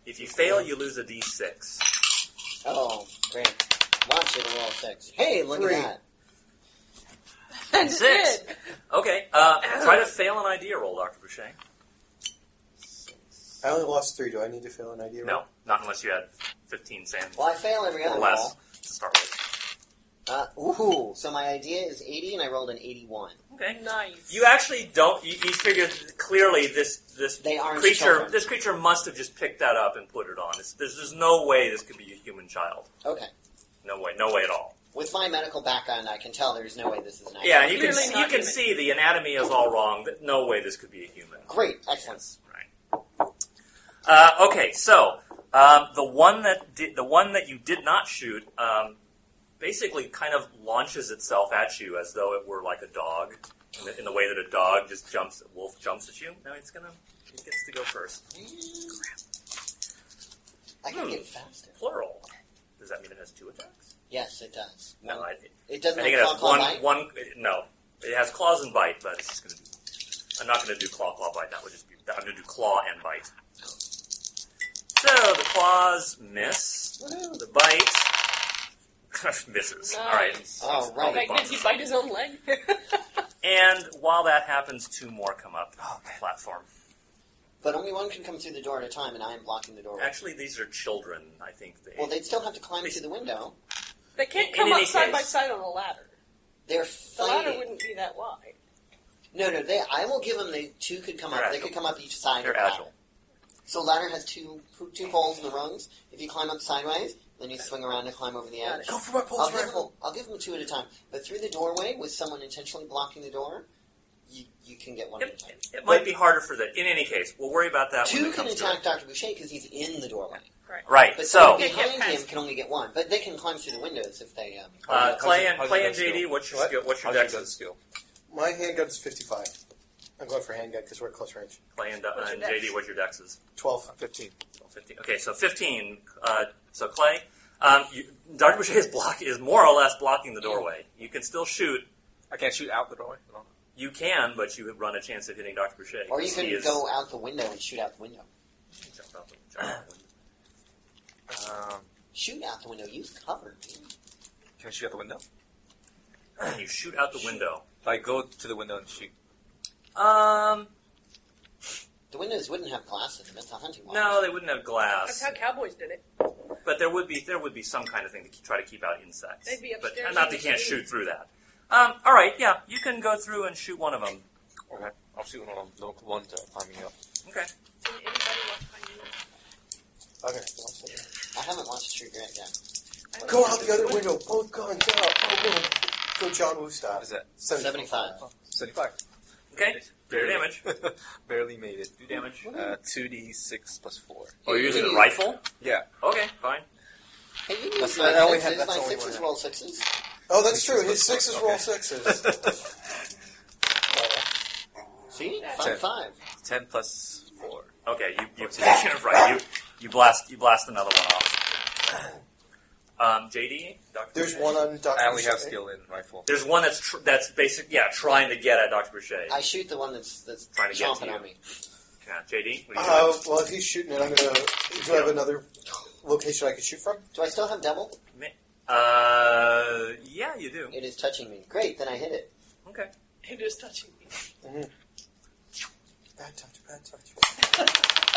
Speaker 2: If you fail, you lose a d6.
Speaker 3: Oh, great. Launch it a roll six. Hey, look
Speaker 4: Three.
Speaker 3: at that.
Speaker 6: And
Speaker 2: Six.
Speaker 6: did.
Speaker 2: Okay. Uh, try to fail an idea roll, Doctor Boucher.
Speaker 4: I only lost three. Do I need to fail an idea? roll?
Speaker 2: No, not unless you had 15 sand
Speaker 3: Well, I fail every
Speaker 2: or
Speaker 3: other
Speaker 2: less
Speaker 3: roll.
Speaker 2: to start with.
Speaker 3: Uh, ooh, so my idea is 80, and I rolled an 81.
Speaker 2: Okay.
Speaker 6: Nice.
Speaker 2: You actually don't. You, you figure clearly this this
Speaker 3: They aren't
Speaker 2: creature
Speaker 3: children.
Speaker 2: this creature must have just picked that up and put it on. It's, there's, there's no way this could be a human child.
Speaker 3: Okay.
Speaker 2: No way. No way at all.
Speaker 3: With my medical background, I can tell there's no way this is an
Speaker 2: Yeah,
Speaker 3: accident.
Speaker 2: and you can
Speaker 6: Clearly
Speaker 2: you
Speaker 6: not
Speaker 2: can
Speaker 6: human.
Speaker 2: see the anatomy is all wrong. That no way this could be a human.
Speaker 3: Great, excellent.
Speaker 2: Yes, right. Uh, okay, so um, the one that did, the one that you did not shoot um, basically kind of launches itself at you as though it were like a dog, in the, in the way that a dog just jumps, a wolf jumps at you. No, it's gonna it gets to go first.
Speaker 3: I can
Speaker 2: Hmm.
Speaker 3: get faster.
Speaker 2: Plural. Does that mean it has two attacks?
Speaker 3: Yes, it does.
Speaker 2: No, I,
Speaker 3: It
Speaker 2: I
Speaker 3: doesn't
Speaker 2: think it
Speaker 3: have
Speaker 2: has
Speaker 3: claw, claw,
Speaker 2: one
Speaker 3: bite?
Speaker 2: one. No, it has claws and bite, but it's just gonna. Be, I'm not gonna do claw claw bite. That would just be. I'm gonna do claw and bite. So the claws miss.
Speaker 3: Woohoo.
Speaker 2: The bite (laughs) misses. All right.
Speaker 6: Nice.
Speaker 3: Oh, right.
Speaker 2: Probably
Speaker 6: Like, did he bite his own
Speaker 2: (laughs)
Speaker 6: leg?
Speaker 2: And while that happens, two more come up
Speaker 3: Oh,
Speaker 2: the platform.
Speaker 3: But only one can come through the door at a time, and I am blocking the door.
Speaker 2: Actually, these are children. I think they.
Speaker 3: Well, they'd still have to climb through the window.
Speaker 6: they can't
Speaker 2: In
Speaker 6: come
Speaker 2: any
Speaker 6: up side
Speaker 2: case.
Speaker 6: by side on a ladder.
Speaker 3: They're
Speaker 6: The ladder
Speaker 3: fighting.
Speaker 6: wouldn't be that wide.
Speaker 3: No, no, they. I will give them. They two could come
Speaker 2: They're
Speaker 3: up. They
Speaker 2: agile.
Speaker 3: could come up each side.
Speaker 2: They're
Speaker 3: of the ladder.
Speaker 2: agile.
Speaker 3: So ladder has two two poles in the rungs. If you climb up sideways, then you swing around and climb over the
Speaker 6: Got
Speaker 3: edge.
Speaker 6: it.
Speaker 5: for my
Speaker 3: I'll give, them, I'll give them two at a time. But through the doorway, with someone intentionally blocking the door, you, you can get one at
Speaker 2: It,
Speaker 3: a time.
Speaker 2: it might be harder for that. In any case, we'll worry about that when
Speaker 3: Two
Speaker 2: it
Speaker 3: can
Speaker 2: comes
Speaker 3: attack
Speaker 2: to
Speaker 3: Dr. Boucher because he's in the doorway.
Speaker 2: it. Right.
Speaker 3: But
Speaker 2: so,
Speaker 3: someone
Speaker 6: Yeah,
Speaker 3: behind
Speaker 6: yeah,
Speaker 3: him can only get one. But they can climb through the windows if they. Um,
Speaker 2: uh, Clay and
Speaker 5: How's your-
Speaker 2: Clay and
Speaker 5: how's your
Speaker 2: JD,
Speaker 5: skill?
Speaker 2: what's your
Speaker 4: What?
Speaker 2: skill, what's your
Speaker 5: How's your
Speaker 2: dex?
Speaker 5: gun skill?
Speaker 4: My handgun is fifty-five. I'm going for handgun because we're at close range.
Speaker 2: Clay and,
Speaker 6: What's
Speaker 2: uh,
Speaker 6: your
Speaker 2: and
Speaker 6: dex?
Speaker 2: JD, what's your dexes?
Speaker 4: Twelve.
Speaker 5: I'm 15.
Speaker 2: 15. Okay, so 15. Uh, so Clay, um, you, Dr. Boucher is (laughs) block is more or less blocking the doorway. You can still shoot.
Speaker 5: I can't shoot out the doorway. No.
Speaker 2: You can, but you run a chance of hitting Dr. Boucher.
Speaker 3: or you
Speaker 2: He
Speaker 3: can
Speaker 2: is-
Speaker 3: go out the window and shoot out the window.
Speaker 2: jump out the- jump out the window.
Speaker 5: Um,
Speaker 3: Shoot out the window. Use cover. man.
Speaker 5: can I shoot out the window?
Speaker 2: You shoot out the window.
Speaker 5: Like go to the window and shoot.
Speaker 2: Um,
Speaker 3: The windows wouldn't have glass in them. It's a hunting one.
Speaker 2: no, they wouldn't have
Speaker 6: That's
Speaker 2: glass,
Speaker 6: how cowboys did it.
Speaker 2: but there would be there would be some kind of thing to keep, try to keep out insects.
Speaker 6: They'd be upstairs
Speaker 2: but not
Speaker 6: in
Speaker 2: they
Speaker 6: the
Speaker 2: can't
Speaker 6: ceiling.
Speaker 2: shoot through that. Um, all right, yeah, you can go through and shoot one of them.
Speaker 5: Okay. I'll shoot one of them. The one uh, climbing up.
Speaker 2: Okay,
Speaker 6: Did anybody watch my new-
Speaker 4: Okay.
Speaker 3: I haven't launched a trigger yet.
Speaker 6: I don't
Speaker 4: Go
Speaker 6: know.
Speaker 4: out the other window. Both guns out. Oh, boom. Go John Woo style.
Speaker 5: What is that?
Speaker 3: 75.
Speaker 5: (laughs) 75.
Speaker 2: okay. Do your damage.
Speaker 5: (laughs) Barely made it.
Speaker 2: Do damage.
Speaker 5: Uh, 2d6 plus 4.
Speaker 2: Oh, you're using a rifle?
Speaker 5: Yeah.
Speaker 2: Okay, fine.
Speaker 3: Hey, you use
Speaker 5: That's
Speaker 3: my
Speaker 5: not- I only
Speaker 3: sixes.
Speaker 5: have- that's
Speaker 3: my
Speaker 5: only
Speaker 3: sixes
Speaker 5: one.
Speaker 3: roll sixes.
Speaker 4: Oh, that's true.
Speaker 5: Sixes, (laughs)
Speaker 4: His sixes were all sixes.
Speaker 3: See?
Speaker 5: That's
Speaker 3: Fun
Speaker 5: it.
Speaker 3: five.
Speaker 5: Ten plus four.
Speaker 2: Okay, you, you right. You you blast you blast another one off. Um, JD, Dr.
Speaker 4: There's
Speaker 2: Boucher?
Speaker 4: one on Dr.
Speaker 5: I only have
Speaker 4: Shea.
Speaker 5: skill in rifle.
Speaker 2: There's one that's tr- that's basic. Yeah, trying to get at Dr. Boucher.
Speaker 3: I shoot the one that's that's
Speaker 2: Trying to get to
Speaker 3: chomping
Speaker 2: you.
Speaker 3: on me.
Speaker 2: yeah, JD, what are you
Speaker 4: Uh,
Speaker 2: doing?
Speaker 4: well, if he's shooting it, I'm gonna. Do I have another location I could shoot from?
Speaker 3: Do I still have double?
Speaker 2: Uh, yeah, you do.
Speaker 3: It is touching me. Great, then I hit it.
Speaker 2: Okay.
Speaker 6: It is touching me.
Speaker 4: Bad touch, bad touch.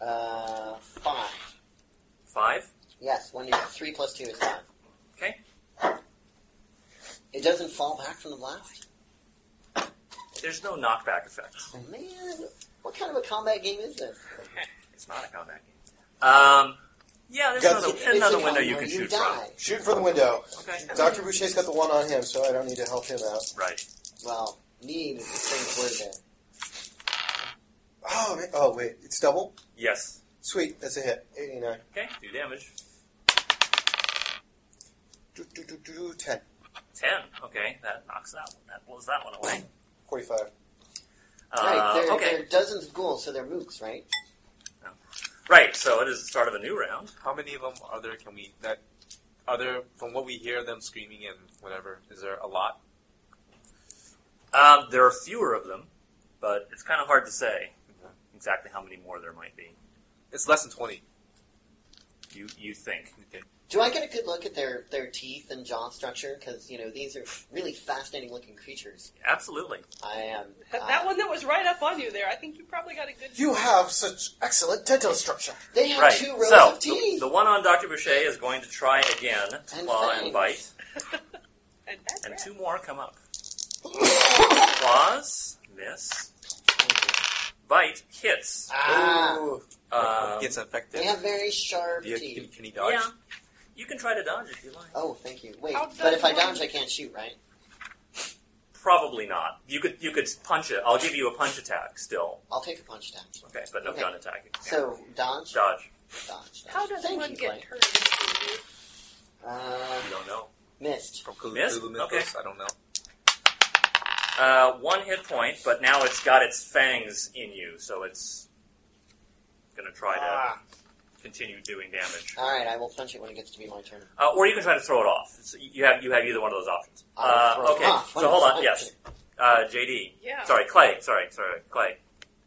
Speaker 3: Uh, five.
Speaker 2: Five.
Speaker 3: Yes, one d three plus two is five.
Speaker 2: Okay.
Speaker 3: It doesn't fall back from the blast. Oh,
Speaker 2: There's no knockback effect.
Speaker 3: Man, what kind of a combat game is this?
Speaker 2: It's not a combat game. Um, yeah, there's
Speaker 4: Got
Speaker 2: another,
Speaker 4: the-
Speaker 3: It's
Speaker 2: another
Speaker 3: a
Speaker 2: window
Speaker 3: combat
Speaker 2: you
Speaker 3: game.
Speaker 2: can
Speaker 3: you
Speaker 2: shoot
Speaker 3: die.
Speaker 4: Shoot from the window.
Speaker 2: from. Okay.
Speaker 4: Dr. Boucher's got the one on him, so I don't need to help him out.
Speaker 2: Right.
Speaker 3: Well, need is the same word there.
Speaker 4: Oh, man. oh wait, it's double?
Speaker 2: Yes.
Speaker 4: Sweet, that's a hit. 89.
Speaker 2: Okay. Do damage.
Speaker 4: Do, do, do, do, 10.
Speaker 2: Ten. Okay. That knocks that one. That blows that one away.
Speaker 4: 45.
Speaker 2: Uh,
Speaker 3: right, there,
Speaker 2: okay.
Speaker 3: there are dozens of ghouls, so they're mooks, right?
Speaker 2: Right. So it is the start of a new round.
Speaker 5: How many of them are there? Can we that? Are there from what we hear them screaming and whatever? Is there a lot?
Speaker 2: Um, there are fewer of them, but it's kind of hard to say exactly how many more there might be.
Speaker 5: It's less than twenty.
Speaker 2: You you think?
Speaker 5: Okay.
Speaker 3: Do I get a good look at their, their teeth and jaw structure? Because, you know, these are really fascinating looking creatures.
Speaker 2: Absolutely.
Speaker 3: I am. uh,
Speaker 6: That one that was right up on you there, I think you probably got a good.
Speaker 4: You have such excellent dental structure.
Speaker 3: They have
Speaker 2: right.
Speaker 3: two rows
Speaker 2: so
Speaker 3: of
Speaker 2: the,
Speaker 3: teeth.
Speaker 2: the one on Dr. Boucher is going to try again,
Speaker 3: And
Speaker 2: claw
Speaker 3: fangs.
Speaker 2: and bite,
Speaker 6: (laughs) and that's
Speaker 2: and
Speaker 6: it.
Speaker 2: two more
Speaker 3: (laughs)
Speaker 2: come up. Claws miss. Bite hits.
Speaker 3: ah,
Speaker 4: Ooh.
Speaker 2: Um,
Speaker 5: gets infected.
Speaker 3: they have very sharp
Speaker 5: Do you-
Speaker 3: teeth.
Speaker 5: can, can he dodge?
Speaker 2: yeah. You can try to dodge if you like.
Speaker 3: Oh, thank you. Wait,
Speaker 6: How
Speaker 3: but
Speaker 6: does
Speaker 3: if I
Speaker 6: one-
Speaker 3: dodge, I can't shoot, right?
Speaker 2: Probably not. You could you could punch it. I'll give you a punch attack still.
Speaker 3: I'll take a punch down.
Speaker 2: Okay, but no
Speaker 3: Okay.
Speaker 2: gun attack. Yeah.
Speaker 3: So, dodge, dodge,
Speaker 2: dodge.
Speaker 3: dodge.
Speaker 6: How does
Speaker 3: Thank
Speaker 6: one
Speaker 3: you,
Speaker 6: get
Speaker 3: Blake.
Speaker 6: turned? into a mooc?
Speaker 3: Uh,
Speaker 2: You don't know.
Speaker 3: missed.
Speaker 5: From Cthulhu
Speaker 2: Miss?
Speaker 5: Cthulhu
Speaker 2: Okay.
Speaker 5: Mythos? I don't know.
Speaker 2: Uh, one hit point, but now it's got its fangs in you, so it's gonna try to
Speaker 3: Ah.
Speaker 2: continue doing damage.
Speaker 3: All right, I will punch it when it gets to be my turn.
Speaker 2: Uh, or you can try to throw it off. It's, you have you have either one of those options.
Speaker 3: I'll
Speaker 2: Uh,
Speaker 3: Ah, throw it
Speaker 2: okay,
Speaker 3: off when
Speaker 2: so hold
Speaker 3: it's
Speaker 2: on.
Speaker 3: my
Speaker 2: Yes,
Speaker 3: turn.
Speaker 2: uh, JD.
Speaker 6: Yeah.
Speaker 2: Sorry, Clay. Sorry, sorry, Clay.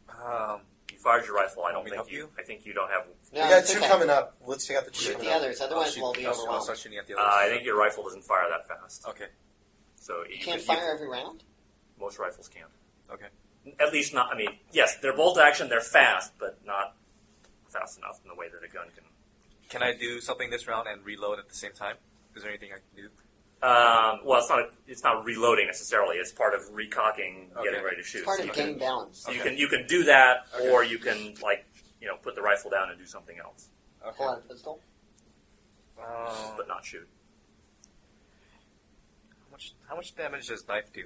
Speaker 5: Um,
Speaker 2: You fired your rifle. I don't
Speaker 5: Want me to
Speaker 2: think
Speaker 5: help
Speaker 2: you,
Speaker 5: you?
Speaker 2: I think you don't have.
Speaker 3: No,
Speaker 4: we got
Speaker 3: it's
Speaker 4: two
Speaker 3: okay.
Speaker 4: coming up. Let's take out the two
Speaker 3: Shoot
Speaker 4: coming
Speaker 3: the
Speaker 4: up.
Speaker 3: others,
Speaker 5: I'll
Speaker 3: otherwise
Speaker 5: shoot-
Speaker 3: we'll be
Speaker 5: I'll- I'll
Speaker 3: overwhelmed.
Speaker 5: start shooting at the
Speaker 2: Uh,
Speaker 5: others.
Speaker 2: I think your rifle doesn't fire that fast.
Speaker 5: Okay.
Speaker 2: So you,
Speaker 3: Oh. You can't
Speaker 2: could- you-
Speaker 3: fire every round?
Speaker 2: most rifles can.
Speaker 5: Okay.
Speaker 2: At least not. I mean, yes, they're bolt action. They're fast, but not fast enough in the way that a gun can.
Speaker 5: Can I do something this round and reload at the same time? Is there anything I can do?
Speaker 2: Um, well, it's not. A, it's not reloading necessarily. It's part of recocking,
Speaker 5: Okay.
Speaker 2: getting ready to shoot.
Speaker 3: It's part
Speaker 2: so
Speaker 3: of
Speaker 2: you
Speaker 3: game
Speaker 2: can,
Speaker 3: balance.
Speaker 2: so you
Speaker 5: Okay.
Speaker 2: can you can do that,
Speaker 5: Okay.
Speaker 2: or you can like you know put the rifle down and do something else,
Speaker 5: Okay.
Speaker 3: Hold on, pistol.
Speaker 5: Um,
Speaker 2: but not shoot.
Speaker 5: how much? How much damage does knife do?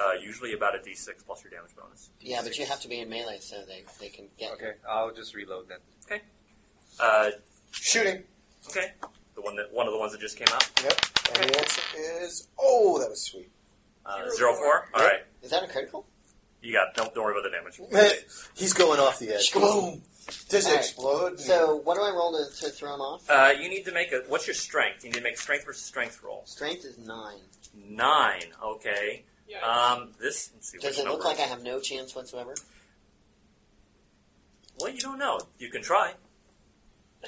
Speaker 2: Uh, usually about a d6 plus your damage bonus.
Speaker 3: Yeah, but you have to be in melee so they, they can get you.
Speaker 5: Okay, I'll just reload then.
Speaker 2: Uh,
Speaker 4: Shooting.
Speaker 2: okay, the one that one of the ones that just came out.
Speaker 4: Yep. And the answer is. Oh, that was sweet. (laughs)
Speaker 2: Uh,
Speaker 6: Zero
Speaker 2: zero
Speaker 6: four.
Speaker 2: four. All right,
Speaker 3: Is that a critical?
Speaker 2: you got. Don't don't worry about the damage.
Speaker 4: He's going off the edge.
Speaker 3: Shkaboom!
Speaker 4: Does
Speaker 3: All
Speaker 4: it
Speaker 3: right.
Speaker 4: explode?
Speaker 3: So, what do I roll to, to throw him off?
Speaker 2: Uh, you need to make a. What's your strength? You need to make strength versus strength roll.
Speaker 3: Strength is nine.
Speaker 2: Nine. Okay.
Speaker 6: Yikes. (laughs)
Speaker 2: Um, this. Let's see.
Speaker 3: Does
Speaker 2: which
Speaker 3: it look
Speaker 2: number
Speaker 3: like
Speaker 2: is-
Speaker 3: I have no chance whatsoever?
Speaker 2: Well, you don't know. You can try.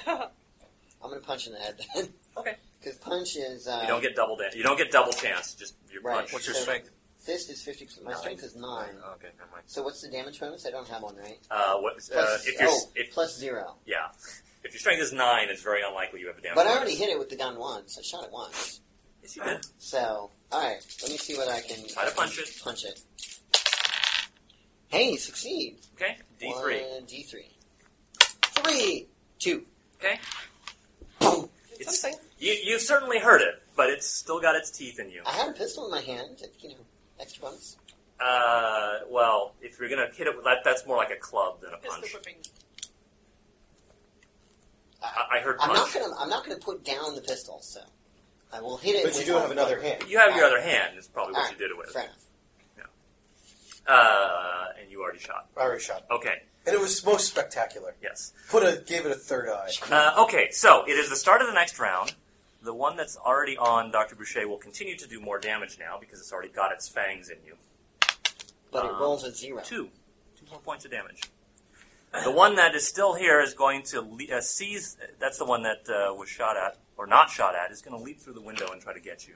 Speaker 3: I'm going to punch in the head then. (laughs)
Speaker 2: Okay.
Speaker 3: Because punch is. Uh,
Speaker 2: You don't get double. Da- you don't get double chance. Just your
Speaker 3: Right.
Speaker 2: punch.
Speaker 5: What's your
Speaker 3: So-
Speaker 5: strength?
Speaker 3: Fist is 50%. My
Speaker 2: Nine.
Speaker 3: strength is nine.
Speaker 5: Okay, never mind.
Speaker 3: So, what's the damage bonus? I don't have one, right?
Speaker 2: Uh, what? Uh,
Speaker 3: Plus,
Speaker 2: if your
Speaker 3: oh,
Speaker 2: if,
Speaker 3: plus zero.
Speaker 2: yeah, if your strength is nine, it's very unlikely you have a damage.
Speaker 3: But I already
Speaker 2: bonus.
Speaker 3: hit it with the gun once. I shot it once.
Speaker 2: Yes, you did.
Speaker 3: So, alright, let me see whether I can.
Speaker 2: Try to punch it.
Speaker 3: Punch it. Hey, succeed!
Speaker 2: Okay. D three.
Speaker 3: One, D3. Three! Two.
Speaker 2: Okay.
Speaker 3: Boom!
Speaker 2: It's-
Speaker 6: Something.
Speaker 2: You you certainly heard it, but it's still got its teeth in you.
Speaker 3: I had a pistol in my hand, you know, extra bonus.
Speaker 2: Uh, well, if you're gonna hit it with that, that's more like a club than a
Speaker 6: Pistol
Speaker 2: punch.
Speaker 6: whipping.
Speaker 2: I, I heard
Speaker 3: I'm
Speaker 2: punch.
Speaker 3: not gonna, I'm not gonna put down the pistol, so. I will hit it.
Speaker 7: But you
Speaker 3: with
Speaker 7: do
Speaker 3: my-
Speaker 7: have another hand.
Speaker 2: You have your other hand. Is probably what
Speaker 3: Alright,
Speaker 2: you did it with.
Speaker 3: Fair enough.
Speaker 2: Uh, and you already shot.
Speaker 7: I already shot.
Speaker 2: Okay.
Speaker 4: And it was most spectacular.
Speaker 2: Yes.
Speaker 4: Put a gave it a third eye.
Speaker 2: Uh, okay. So it is the start of the next round. The one that's already on Dr. Boucher will continue to do more damage now because it's already got its fangs in you.
Speaker 3: But it
Speaker 2: Um,
Speaker 3: rolls a zero.
Speaker 2: Two. Two more points of damage. The one that is still here is going to le- uh, seize. That's the one that uh, was shot at, or not shot at, is going to leap through the window and try to get you.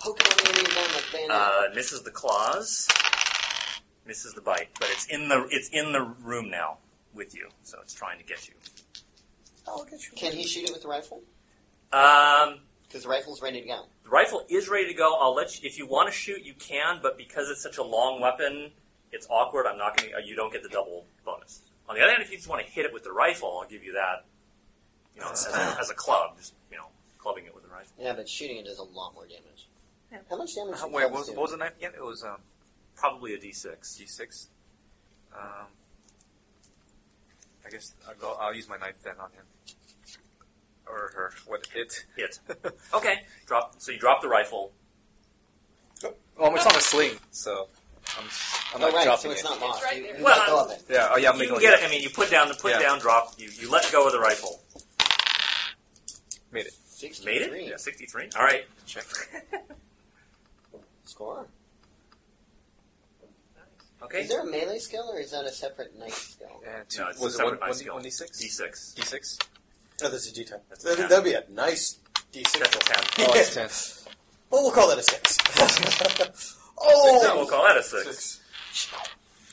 Speaker 3: Pokemon Indian Gun like Bandai.
Speaker 2: Uh, misses the claws, misses the bite, but it's in the it's in the room now with you, so it's trying to get you.
Speaker 3: Can he shoot it with the rifle?
Speaker 2: Um,
Speaker 3: Because the rifle's ready to go.
Speaker 2: the rifle is ready to go. I'll let you if you want to shoot, you can, but because it's such a long weapon, it's awkward. I'm not going. to... You don't get the double bonus. On the other hand, if you just want to hit it with the rifle, I'll give you that. You know, as a, as a club, just you know, clubbing it with a rifle.
Speaker 3: Yeah, but shooting it does a lot more damage. How much damage?
Speaker 5: Uh,
Speaker 3: do
Speaker 5: wait, what
Speaker 3: clubs
Speaker 5: was,
Speaker 3: do?
Speaker 5: what was the knife again? It was um,
Speaker 2: Probably a D6.
Speaker 5: G6. Um, I guess I'll, go, I'll use my knife then on him. Or her. What? It. (laughs)
Speaker 2: Hit. Okay. Drop. So you drop the rifle.
Speaker 5: Well, it's on a sling, so I'm, I'm
Speaker 3: Oh,
Speaker 5: not
Speaker 3: right,
Speaker 5: dropping
Speaker 3: so it's
Speaker 5: it.
Speaker 3: not lost.
Speaker 6: right
Speaker 3: you,
Speaker 6: there.
Speaker 3: you
Speaker 2: Well,
Speaker 3: let go of it.
Speaker 5: Yeah. Oh, yeah. I'm
Speaker 2: you
Speaker 5: making
Speaker 2: get it. I mean, you put down, put
Speaker 5: Yeah.
Speaker 2: down, drop. You, you let go of the rifle.
Speaker 5: Made it.
Speaker 2: Made
Speaker 3: 63.
Speaker 2: it. Yeah, sixty-three. All right.
Speaker 5: Check.
Speaker 3: Score.
Speaker 2: (laughs) Okay.
Speaker 3: Is there a melee skill or is that a separate knife
Speaker 2: (laughs)
Speaker 3: skill?
Speaker 5: And two,
Speaker 2: No, it's a
Speaker 5: was it
Speaker 2: separate
Speaker 5: one,
Speaker 2: knife
Speaker 5: one,
Speaker 2: skill.
Speaker 5: one d6?
Speaker 2: D6.
Speaker 5: D6?
Speaker 7: Oh, that's a D10.
Speaker 2: That's a
Speaker 7: That'd,
Speaker 2: 10.
Speaker 7: that'd be a nice D6.
Speaker 2: That's a ten.
Speaker 7: Oh,
Speaker 2: (laughs)
Speaker 7: it's
Speaker 4: Yeah.
Speaker 7: 10. Well, we'll call that a (laughs) 6. oh!
Speaker 2: So we'll call that a six.
Speaker 7: Six.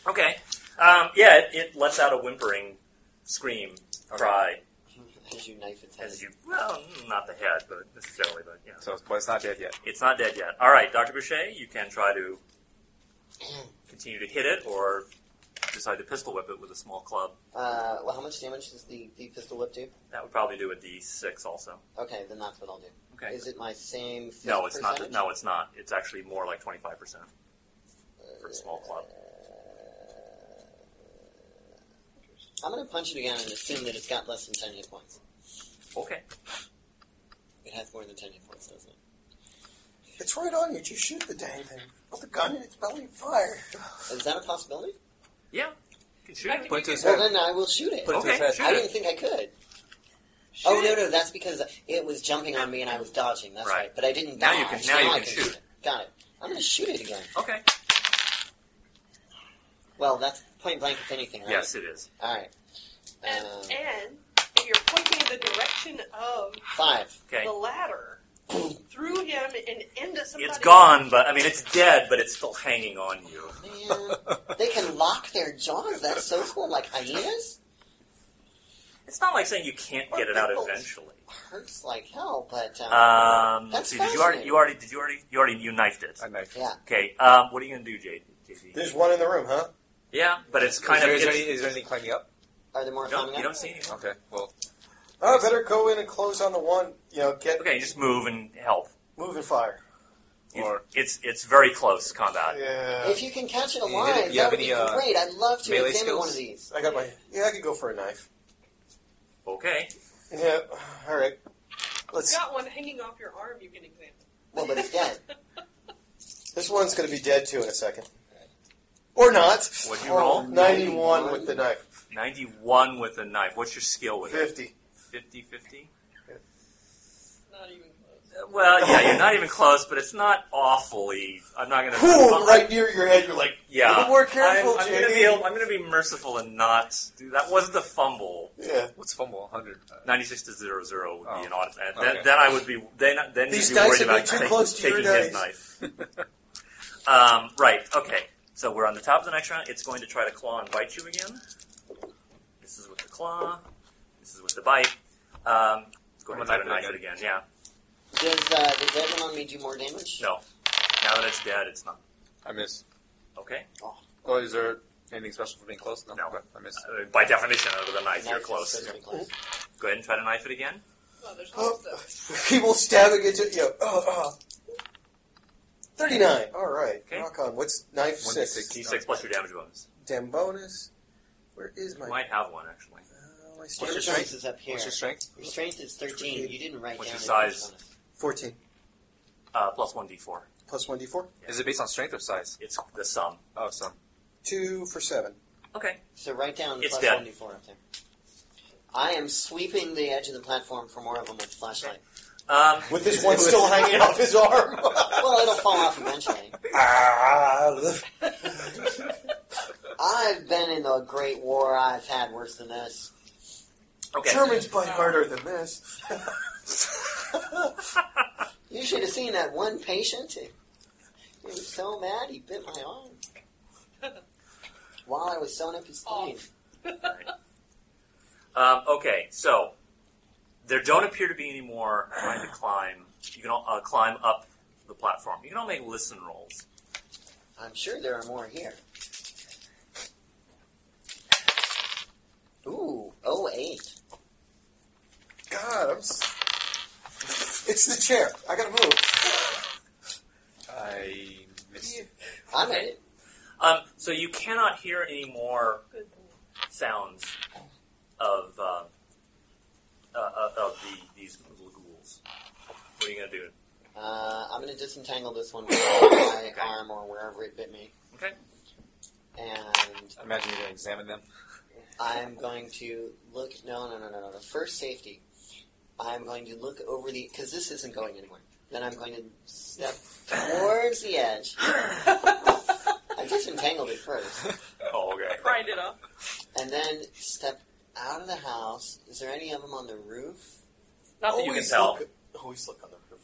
Speaker 2: Okay. Um, yeah, it, it lets out a whimpering scream, cry
Speaker 3: As you knife its head.
Speaker 2: as you. Well, not the head, but necessarily, but yeah.
Speaker 5: So, but it's not dead yet.
Speaker 2: It's not dead yet. All right, Doctor Boucher, you can try to continue to hit it, or decide to pistol whip it with a small club.
Speaker 3: Uh, well, how much damage does the, the pistol whip do?
Speaker 2: That would probably do a D6 also.
Speaker 3: Okay, then that's what I'll do.
Speaker 2: Okay.
Speaker 3: Is it my same? fifth
Speaker 2: no, it's not.
Speaker 3: percentage?
Speaker 2: No, it's not. It's actually more like twenty-five percent for a small club.
Speaker 3: I'm gonna punch it again and assume that it's got less than ten hit points.
Speaker 2: Okay.
Speaker 3: It has more than ten hit points, doesn't it?
Speaker 4: It's right on you. Just shoot the dang thing. Put the gun in its belly and fire.
Speaker 3: Is that a possibility?
Speaker 2: Yeah. You can shoot
Speaker 6: Back
Speaker 2: it.
Speaker 6: to
Speaker 5: Point to his
Speaker 3: Well,
Speaker 5: head.
Speaker 3: then I will shoot it.
Speaker 5: Put it to
Speaker 2: Okay,
Speaker 5: his head.
Speaker 2: shoot
Speaker 3: I
Speaker 2: it.
Speaker 3: didn't think I could.
Speaker 6: Shoot
Speaker 3: oh no,
Speaker 6: it.
Speaker 3: no, that's because it was jumping on me and I was dodging. That's right.
Speaker 2: Right.
Speaker 3: But I didn't
Speaker 2: Now
Speaker 3: dodge.
Speaker 2: you can- now you
Speaker 3: I
Speaker 2: can shoot.
Speaker 3: It. Got it. I'm gonna shoot it again.
Speaker 2: Okay.
Speaker 3: Well, that's point blank if anything, right?
Speaker 2: Yes, it is.
Speaker 3: All right.
Speaker 6: And,
Speaker 3: Uh,
Speaker 6: and if you're pointing in the direction of
Speaker 3: five.
Speaker 2: Okay.
Speaker 6: the
Speaker 2: (clears throat)
Speaker 6: ladder through him and into somebody.
Speaker 2: It's gone, but I mean, it's dead, but it's still hanging on you.
Speaker 3: Man, they can lock their jaws. That's so cool, like hyenas.
Speaker 2: It's not like saying you can't get it out eventually.
Speaker 3: Hurts like hell, but um,
Speaker 2: Um,
Speaker 3: That's
Speaker 2: let's see, did you already?
Speaker 3: fascinating.
Speaker 2: You already? Did you already? You already? You knifed it.
Speaker 5: I knifed.
Speaker 3: yeah.
Speaker 2: Okay. Um, what are you gonna do, Jade? JD?
Speaker 7: There's one in the room, huh?
Speaker 2: Yeah, but it's kind
Speaker 5: is, there,
Speaker 2: of.
Speaker 5: is, there any,
Speaker 2: It's,
Speaker 5: is there anything climbing up?
Speaker 3: Are there more
Speaker 2: you, don't,
Speaker 3: coming
Speaker 2: you
Speaker 3: up?
Speaker 2: don't see anyone.
Speaker 5: Okay, well,
Speaker 7: Oh, I better go in and close on the one. You know, get
Speaker 2: Okay, you just move and help.
Speaker 7: move and fire.
Speaker 2: You-
Speaker 5: Or-
Speaker 2: it's it's very close combat.
Speaker 7: Yeah,
Speaker 3: If you can catch it
Speaker 5: You
Speaker 3: alive,
Speaker 5: hit it- you
Speaker 3: that
Speaker 5: have
Speaker 3: would
Speaker 5: any,
Speaker 3: be
Speaker 5: uh,
Speaker 3: great. I'd love to
Speaker 5: melee
Speaker 3: examine
Speaker 5: skills?
Speaker 3: one of these.
Speaker 7: I got my. Yeah, I could go for a knife.
Speaker 2: Okay.
Speaker 7: Yeah, all right.
Speaker 6: You've
Speaker 7: Let's.
Speaker 6: got one hanging off your arm you can examine.
Speaker 3: Well, but it's dead.
Speaker 7: This one's going to be dead too in a second, or not. Oh,
Speaker 2: What'd you roll?
Speaker 7: Ninety-one with the knife.
Speaker 2: Ninety-one with a knife. What's your skill with it?
Speaker 7: Fifty.
Speaker 2: 50 50?
Speaker 6: Not even close.
Speaker 2: Well, yeah, you're not even close, but it's not awfully. I'm not gonna.
Speaker 7: Boom! Right near your head. You're like,
Speaker 2: Yeah.
Speaker 7: A little more careful,
Speaker 2: I'm, I'm
Speaker 7: JD.
Speaker 2: gonna be able- I'm gonna be merciful and not do that. Wasn't a fumble.
Speaker 7: yeah. (laughs)
Speaker 5: what's fumble? 100. Uh,
Speaker 2: Ninety six to zero zero would
Speaker 5: Oh.
Speaker 2: be an odd. And then,
Speaker 5: Okay.
Speaker 2: then I would be then then
Speaker 7: These
Speaker 2: you'd be
Speaker 7: dice
Speaker 2: worried
Speaker 7: have been
Speaker 2: about
Speaker 7: too
Speaker 2: taking,
Speaker 7: close to your
Speaker 2: taking his knife. (laughs) um, right. Okay. So we're on the top of the next round. It's going to try to claw and bite you again. This is with the claw. This is with the bite. Um, it's going
Speaker 5: I'm
Speaker 2: to try
Speaker 5: gonna
Speaker 2: to
Speaker 5: knife
Speaker 2: knife
Speaker 5: it
Speaker 2: it again. Yeah.
Speaker 3: Does uh, the dead one on me do more damage?
Speaker 2: No. Now that it's dead, it's not.
Speaker 5: I miss.
Speaker 2: Okay.
Speaker 5: Oh, is there anything special for being close? No.
Speaker 2: No.
Speaker 5: Okay, I miss.
Speaker 2: Uh, by definition, under the knife,
Speaker 3: Knife
Speaker 2: you're
Speaker 3: is
Speaker 2: close.
Speaker 3: supposed to be close.
Speaker 2: Go ahead and try to knife it again.
Speaker 6: Well, there's no
Speaker 7: Oh,
Speaker 6: stuff.
Speaker 7: people stabbing into you. Know, oh, oh. Thirty-nine. All right.
Speaker 2: Okay.
Speaker 7: Rock on. What's knife
Speaker 5: One
Speaker 7: six?
Speaker 5: D six.
Speaker 2: D6 plus your damage bonus.
Speaker 7: Damn bonus. Where is my?
Speaker 2: You might have one actually.
Speaker 7: Oh,
Speaker 4: my
Speaker 3: Your
Speaker 5: What's your
Speaker 4: strength?
Speaker 3: strength
Speaker 5: strength?
Speaker 3: is up here.
Speaker 5: What's your strength?
Speaker 3: Your strength is 13. You didn't write
Speaker 2: What's
Speaker 3: down
Speaker 2: your
Speaker 3: any
Speaker 2: size?
Speaker 3: bonus.
Speaker 4: 14.
Speaker 2: Uh, plus one d4.
Speaker 7: Plus 1d4.
Speaker 5: Is it based on strength or size?
Speaker 2: It's the sum.
Speaker 5: Oh, (laughs) some.
Speaker 7: 2 for 7.
Speaker 2: Okay.
Speaker 3: So write down
Speaker 2: It's
Speaker 3: plus
Speaker 2: dead.
Speaker 3: 1d4 up there. I am sweeping the edge of the platform for more of them with flashlight.
Speaker 2: Um,
Speaker 7: With this (laughs) one
Speaker 2: (laughs)
Speaker 7: still hanging off his arm.
Speaker 3: well, it'll fall
Speaker 5: (laughs)
Speaker 3: off eventually.
Speaker 4: Ah,
Speaker 3: I've been in a great war. I've had worse than this.
Speaker 2: okay.
Speaker 7: Germans bite harder than this. (laughs)
Speaker 3: You should have seen that one patient. He was so mad he bit my arm while I was sewing up his
Speaker 6: Oh.
Speaker 3: thing.
Speaker 2: (laughs) Um, okay, so there don't appear to be any more trying to climb. You can all, uh, climb up the platform. You can all make listen rolls.
Speaker 3: I'm sure there are more here. Ooh, oh eight.
Speaker 7: God, I'm. S- it's the chair. I gotta move.
Speaker 5: I missed.
Speaker 3: I made it.
Speaker 2: Um, so you cannot hear any more sounds of uh, uh, of- of the, these little ghouls. What are you gonna do?
Speaker 3: Uh, I'm going to disentangle this
Speaker 2: (coughs)
Speaker 3: one with my
Speaker 2: Okay.
Speaker 3: arm or wherever it bit me.
Speaker 2: Okay.
Speaker 3: And
Speaker 5: I imagine you're gonna examine them.
Speaker 3: I'm going to look. No, no, no, no, no. no. First safety. I'm going to look over the. Because this isn't going anywhere. Then I'm going to step towards the edge.
Speaker 7: Oh.
Speaker 6: (laughs)
Speaker 3: I disentangled it first.
Speaker 2: Oh,
Speaker 5: (laughs)
Speaker 2: okay.
Speaker 6: Grind it up.
Speaker 3: And then step out of the house. Is there any of them on the roof
Speaker 2: Not that you can
Speaker 7: Always
Speaker 2: tell.
Speaker 7: Look, always look on the roof.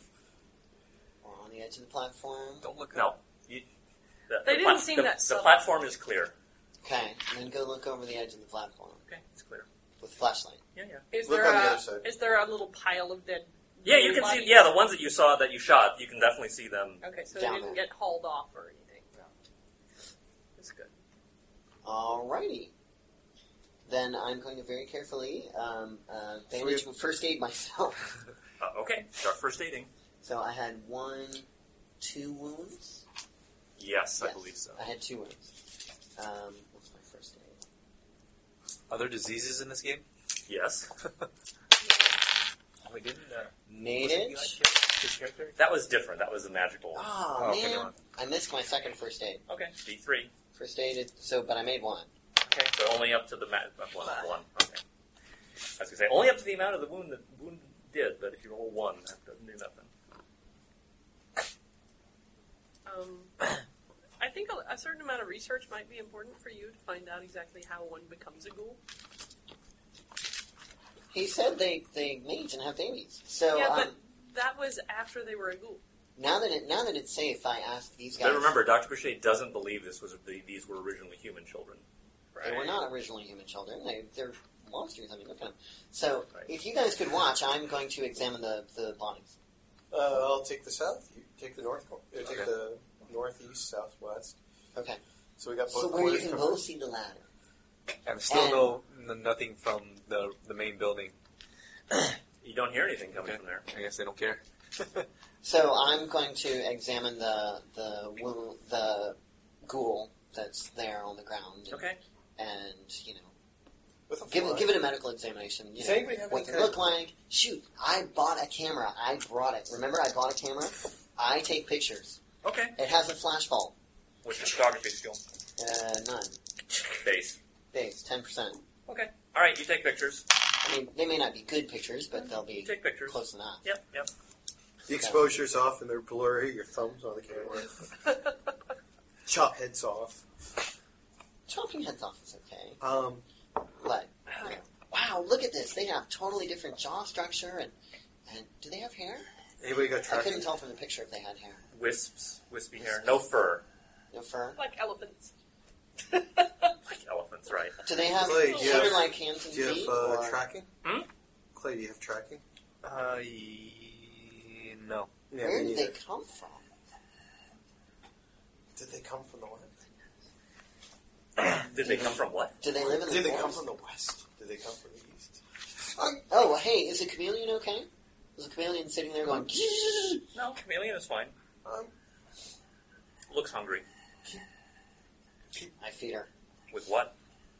Speaker 3: or on the edge of the platform?
Speaker 5: Don't look
Speaker 2: No.
Speaker 5: up.
Speaker 2: You, the,
Speaker 6: They
Speaker 2: the
Speaker 6: didn't
Speaker 2: pla-
Speaker 6: seem
Speaker 2: the,
Speaker 6: that
Speaker 2: The
Speaker 6: subtle.
Speaker 2: platform is clear.
Speaker 3: Okay. And then go look over the edge of the platform
Speaker 2: Okay, it's clear.
Speaker 3: with flashlight.
Speaker 2: Yeah, yeah.
Speaker 6: Is
Speaker 7: Look
Speaker 6: there
Speaker 7: on the
Speaker 6: a,
Speaker 7: other side.
Speaker 6: Is there a little pile of dead?
Speaker 2: Yeah, you can see.
Speaker 6: bodies?
Speaker 2: Yeah, the ones that you saw that you shot, you can definitely see them.
Speaker 6: Okay, so
Speaker 3: Down
Speaker 6: they didn't
Speaker 3: there.
Speaker 6: get hauled off or anything. That's good.
Speaker 3: Alrighty. Then I'm going to very carefully um, uh, bandage first aid myself. (laughs)
Speaker 2: Uh, okay, start first aiding.
Speaker 3: So I had one, two wounds.
Speaker 2: Yes, I
Speaker 3: Yes,
Speaker 2: believe so.
Speaker 3: I had two wounds. Um, what's my first aid?
Speaker 5: Other diseases in this game?
Speaker 2: Yes,
Speaker 5: We didn't. Uh,
Speaker 3: Made it.
Speaker 5: wasn't Eli Kid- his character?
Speaker 2: that was different. That was a magical.
Speaker 3: Oh,
Speaker 5: Oh, okay, never
Speaker 3: man,
Speaker 5: mind.
Speaker 3: I missed my second first aid.
Speaker 2: (gasps) Okay, D three.
Speaker 3: First aid. Is, so, but I made one.
Speaker 2: Okay, so only up to the ma- uh, one. One. Okay. I was gonna say only up to the amount of the wound that wound did, but if you roll one, that doesn't do nothing.
Speaker 6: Um, (coughs) I think a, a certain amount of research might be important for you to find out exactly how one becomes a ghoul.
Speaker 3: He said they they mate and have babies. So
Speaker 6: yeah,
Speaker 3: um,
Speaker 6: but that was after they were a ghoul. (laughs)
Speaker 3: now that it now that it's safe, I asked these guys.
Speaker 2: But remember, Doctor Boucher doesn't believe this was the, these were originally human children.
Speaker 3: They were not originally human children. They, they're monsters. I mean, look at them. So,
Speaker 2: Right.
Speaker 3: if you guys could watch, I'm going to examine the, the bodies.
Speaker 7: Uh, I'll take the south. You take the north. cor- Uh, Take
Speaker 5: Okay.
Speaker 7: the northeast, southwest.
Speaker 3: Okay.
Speaker 7: So we got both
Speaker 3: So, where you
Speaker 7: corners
Speaker 3: can
Speaker 7: covered.
Speaker 3: both see the ladder.
Speaker 5: And still no, n- nothing from the the main building.
Speaker 2: You don't hear anything coming
Speaker 5: Okay.
Speaker 2: from there.
Speaker 5: I guess they don't
Speaker 2: (laughs)
Speaker 5: care.
Speaker 3: So, I'm going to examine the the wo- the ghoul that's there on the ground.
Speaker 2: Okay.
Speaker 3: And, you know,
Speaker 7: With a
Speaker 3: give,
Speaker 7: fly.
Speaker 3: it give it a medical examination. You
Speaker 7: Does
Speaker 3: know,
Speaker 7: anybody have
Speaker 3: what
Speaker 7: any
Speaker 3: they
Speaker 7: kind
Speaker 3: look like. Shoot, I bought a camera. I brought it. Remember, I bought a
Speaker 7: (laughs)
Speaker 3: camera? I take pictures.
Speaker 2: Okay.
Speaker 3: It has a flashbulb.
Speaker 2: What's your photography skill?
Speaker 3: Uh, none.
Speaker 2: Base.
Speaker 3: Base, 10%.
Speaker 2: Okay. All right, you take pictures.
Speaker 3: I mean, they may not be good pictures, but they'll be
Speaker 2: You take pictures.
Speaker 3: close enough.
Speaker 2: Yep. Yep.
Speaker 7: The exposure's off and they're blurry. Your thumb's on the camera. Chop heads off.
Speaker 3: Chopping heads off is okay,
Speaker 7: Um,
Speaker 3: but you know, wow, look at this! They have totally different jaw structure, and and do they have hair?
Speaker 7: anybody got
Speaker 3: I
Speaker 7: tracking?
Speaker 3: couldn't tell from the picture if they had hair.
Speaker 2: Wisps, wispy hair, no fur,
Speaker 3: No fur.
Speaker 6: Like elephants. (laughs)
Speaker 2: like elephants, right?
Speaker 3: Do they have
Speaker 7: Clay, do you have-
Speaker 3: like hands and
Speaker 7: Do you
Speaker 3: feet?
Speaker 7: have uh,
Speaker 3: or-
Speaker 7: tracking?
Speaker 2: Hmm?
Speaker 7: Clay, do you have tracking?
Speaker 5: Uh, ye- no.
Speaker 7: Yeah,
Speaker 3: where
Speaker 7: me
Speaker 3: did they
Speaker 7: neither.
Speaker 3: come from?
Speaker 7: Did they come from the west?
Speaker 2: Did they come from what?
Speaker 3: Do they live in the
Speaker 7: Did they
Speaker 3: forest?
Speaker 7: come from the west? Did they come from the east?
Speaker 3: Oh, well, hey, is the chameleon okay? Is the chameleon sitting there going?
Speaker 2: No, chameleon is fine.
Speaker 7: Um,
Speaker 2: Looks hungry.
Speaker 3: I feed her.
Speaker 2: With what?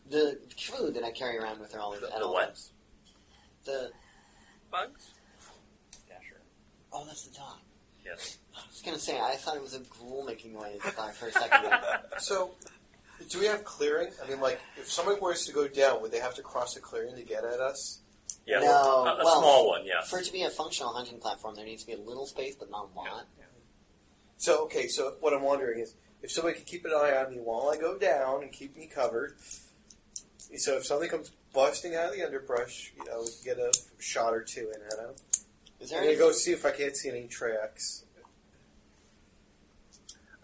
Speaker 3: the food that I carry around with her all
Speaker 2: The-
Speaker 3: at
Speaker 2: the
Speaker 3: all
Speaker 2: what?
Speaker 3: times. The
Speaker 6: Bugs?
Speaker 2: Yeah, sure.
Speaker 3: oh, that's the dog. (laughs)
Speaker 2: Yes.
Speaker 3: I was gonna say I thought it was a gruel making noise dog for a second.
Speaker 7: (laughs)
Speaker 3: there.
Speaker 7: So, do we have clearing? I mean, like, if somebody were to go down, would they have to cross a clearing to get at us?
Speaker 2: Yes.
Speaker 3: No,
Speaker 2: a, a
Speaker 3: well,
Speaker 2: small one, yes.
Speaker 3: For it to be a functional hunting platform, there needs to be a little space, but not a lot.
Speaker 7: So, okay, so what I'm wondering is if somebody could keep an eye on me while I go down and keep me covered. So, if something comes busting out of the underbrush, you know, we could get a shot or two in at them.
Speaker 3: Is
Speaker 7: I'm
Speaker 3: there?
Speaker 7: gonna
Speaker 3: Any,
Speaker 7: go see if I can't see any tracks.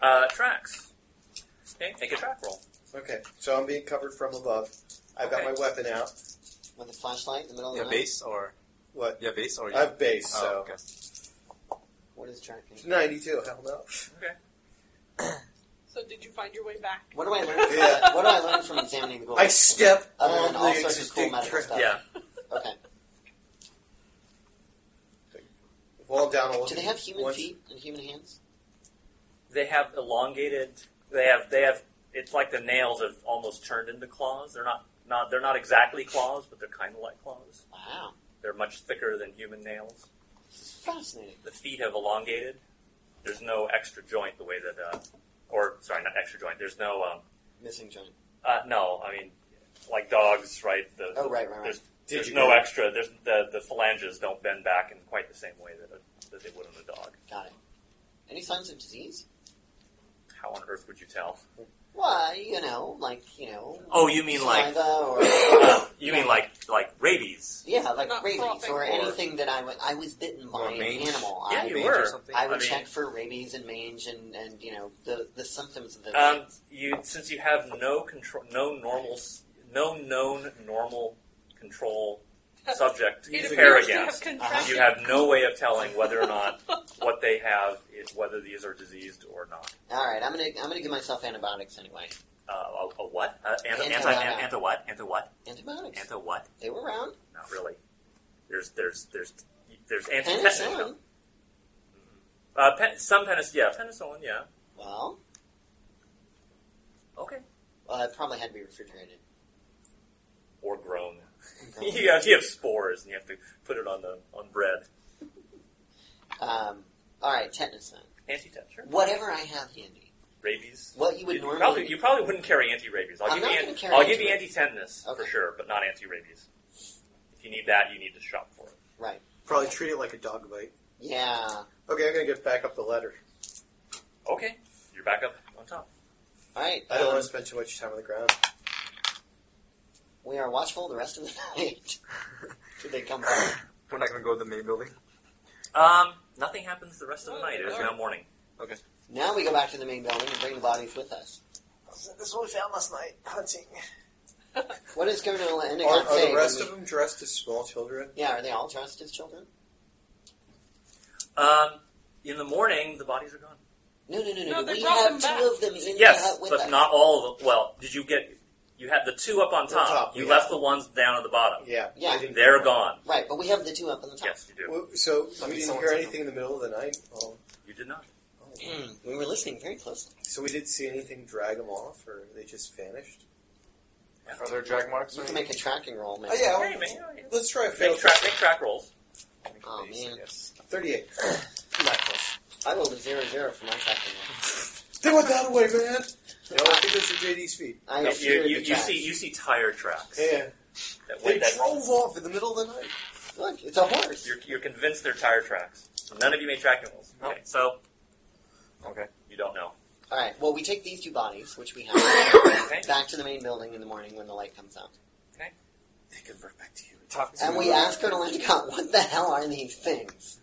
Speaker 2: Uh, tracks. Okay, make a track roll.
Speaker 7: Okay, so I'm being covered from above. I've got
Speaker 2: Okay.
Speaker 7: my weapon out.
Speaker 3: with a flashlight in the middle
Speaker 5: Yeah,
Speaker 3: of the night?
Speaker 5: base or
Speaker 7: What?
Speaker 5: yeah, base or
Speaker 7: I have base,
Speaker 5: Oh,
Speaker 7: so
Speaker 5: okay.
Speaker 3: What is tracking?
Speaker 7: It's 92. Hell no.
Speaker 6: So did you find your way back?
Speaker 3: What do I learn? From,
Speaker 7: Yeah.
Speaker 3: What do I learn from examining the gold?
Speaker 7: I step
Speaker 3: Other
Speaker 7: on
Speaker 3: than all
Speaker 7: the
Speaker 3: sorts of cool
Speaker 7: existing
Speaker 3: medical stuff.
Speaker 7: track.
Speaker 2: Yeah.
Speaker 3: Okay.
Speaker 7: Well, I'm down. I'll
Speaker 3: Do they have human
Speaker 7: once-
Speaker 3: feet and human hands?
Speaker 2: They have elongated. They have. They have. It's like the nails have almost turned into claws. They're not. Not. They're not exactly claws, but they're kind of like claws.
Speaker 3: Wow,
Speaker 2: They're much thicker than human nails.
Speaker 3: this is fascinating.
Speaker 2: The feet have elongated. There's no extra joint the way that. Uh, or sorry, not extra joint. There's no. Um,
Speaker 3: Missing joint.
Speaker 2: uh, no, I mean, like dogs, right? The,
Speaker 3: Oh, right, right, right.
Speaker 2: There's,
Speaker 7: Did
Speaker 2: there's
Speaker 7: you
Speaker 2: no
Speaker 7: get it?
Speaker 2: extra. There's the the phalanges don't bend back in quite the same way that, a, that they would on a dog.
Speaker 3: Got it. Any signs of disease?
Speaker 2: How on earth would you tell?
Speaker 3: Why, you know, like you know,
Speaker 2: Oh, you mean like
Speaker 3: saliva or
Speaker 2: (coughs) you mean like like rabies?
Speaker 3: yeah, like
Speaker 6: Not
Speaker 3: rabies
Speaker 6: coughing
Speaker 3: or
Speaker 6: or-
Speaker 3: anything that I was I was bitten by
Speaker 5: Or
Speaker 3: an
Speaker 5: mange.
Speaker 3: animal.
Speaker 2: Yeah,
Speaker 3: I,
Speaker 2: you
Speaker 5: Mange
Speaker 2: were.
Speaker 5: Or something.
Speaker 3: I would
Speaker 2: I mean-
Speaker 3: check for rabies and mange and, and you know the the symptoms of those.
Speaker 2: Um,
Speaker 3: things.
Speaker 2: you since you have no control, no normal, s- no known normal control
Speaker 6: (laughs)
Speaker 2: subject
Speaker 6: It
Speaker 2: to
Speaker 7: Using
Speaker 2: pair
Speaker 6: appears to have
Speaker 2: against.
Speaker 6: contracted.
Speaker 2: You have no way of telling whether or not what they have, is, whether these are diseased or not.
Speaker 3: All right, I'm gonna I'm gonna give myself antibiotics anyway.
Speaker 2: Uh, a, a what? Uh, anti, anti,
Speaker 3: Antibiotic.
Speaker 2: anti, anti what? Anti what?
Speaker 3: Antibiotics.
Speaker 2: Anti what?
Speaker 3: they were around.
Speaker 2: Not really. There's there's there's there's anti
Speaker 3: Penicillin.
Speaker 2: Uh, pen, some penicillin. Yeah, penicillin. Yeah.
Speaker 3: Well,
Speaker 2: Okay.
Speaker 3: well, it probably had to be refrigerated.
Speaker 2: Or grown. (laughs) you, have, you have spores, and you have to put it on the on bread.
Speaker 3: Um, all right, tetanus then.
Speaker 2: Anti-tetanus.
Speaker 3: Whatever I have handy.
Speaker 2: Rabies.
Speaker 3: What you would normally
Speaker 2: probably, you probably wouldn't carry anti-rabies. I'll
Speaker 3: I'm
Speaker 2: give you,
Speaker 3: not
Speaker 2: an-
Speaker 3: gonna carry
Speaker 2: I'll give you
Speaker 3: anti-rabies.
Speaker 2: anti-tetanus for
Speaker 3: Okay.
Speaker 2: sure, but not anti-rabies. If you need that, you need to shop for it.
Speaker 3: right?
Speaker 7: Probably treat it like a dog bite.
Speaker 3: Yeah.
Speaker 7: Okay, I'm gonna get back up the ladder.
Speaker 2: Okay, you're back up on top.
Speaker 3: All right.
Speaker 7: I don't
Speaker 3: um,
Speaker 7: want to spend too much time on the ground.
Speaker 3: We are watchful the rest of the (laughs)
Speaker 7: (laughs)
Speaker 3: night. Should they come back?
Speaker 5: We're not gonna go to the main building.
Speaker 2: Um, nothing happens the rest of the
Speaker 6: Oh,
Speaker 2: night. It is
Speaker 6: alright.
Speaker 2: now morning.
Speaker 3: Now we go back to the main building and bring the bodies with us.
Speaker 7: This is what we found last night hunting.
Speaker 3: What does Colonel
Speaker 7: Are,
Speaker 3: Endicott
Speaker 7: are
Speaker 3: say?
Speaker 7: the
Speaker 3: when
Speaker 7: rest
Speaker 3: we-
Speaker 7: of them dressed as small children?
Speaker 3: yeah, are they all dressed as children?
Speaker 2: Um, in the morning, the bodies are gone.
Speaker 3: No, no, no, no.
Speaker 6: No,
Speaker 3: no.
Speaker 6: they
Speaker 3: We
Speaker 6: brought
Speaker 3: have
Speaker 6: them
Speaker 3: two
Speaker 6: back.
Speaker 3: of them in the
Speaker 2: Yes,
Speaker 3: hut with
Speaker 2: but
Speaker 3: us.
Speaker 2: not all of them. Well, did you get? You had the two up on
Speaker 7: The
Speaker 2: top.
Speaker 7: top,
Speaker 2: you
Speaker 7: yeah.
Speaker 2: left the ones down at the bottom.
Speaker 7: Yeah.
Speaker 3: Yeah.
Speaker 7: I didn't-
Speaker 2: They're gone.
Speaker 3: right, but we have the two up on the top.
Speaker 2: Yes, you do.
Speaker 7: Well, So
Speaker 5: Somebody-
Speaker 7: we didn't
Speaker 5: someone
Speaker 7: hear
Speaker 5: said
Speaker 7: anything in the middle of the night. Oh.
Speaker 2: You did not.
Speaker 3: Mm, we were listening very closely.
Speaker 7: So we didn't see anything drag them off, or they just vanished.
Speaker 5: Are there drag marks?
Speaker 3: You
Speaker 5: Or
Speaker 3: can make a tracking roll, man.
Speaker 7: Oh yeah.
Speaker 2: Hey,
Speaker 7: I'll-
Speaker 2: man, yeah, yeah.
Speaker 7: Let's try a
Speaker 2: Make
Speaker 7: failed
Speaker 2: track, make track rolls.
Speaker 5: anything?
Speaker 3: Oh,
Speaker 5: Base, I
Speaker 3: man.
Speaker 5: guess.
Speaker 3: (clears throat)
Speaker 7: Thirty-eight. Not close.
Speaker 3: I rolled a zero zero for my tracking roll.
Speaker 7: They went that way, man. No, I think those are JD's feet.
Speaker 3: I
Speaker 2: You, you,
Speaker 3: obscured
Speaker 2: you-
Speaker 3: the
Speaker 2: you
Speaker 3: tracks.
Speaker 2: see, you see tire tracks.
Speaker 7: Yeah.
Speaker 2: That
Speaker 7: They
Speaker 2: went that-
Speaker 7: drove off in the middle of the night.
Speaker 3: Look, it's a horse.
Speaker 2: You're, you're convinced they're tire tracks. So none of you made tracking rolls.
Speaker 5: No.
Speaker 2: Okay, so
Speaker 5: Okay.
Speaker 2: you don't know.
Speaker 3: All right. Well, we take these two bodies, which we have,
Speaker 2: Okay.
Speaker 3: back to the main building in the morning when the light comes out,
Speaker 5: They convert back to you. Talk to
Speaker 3: and we
Speaker 5: you.
Speaker 3: ask Colonel Endicott, (laughs) "What the hell are these things?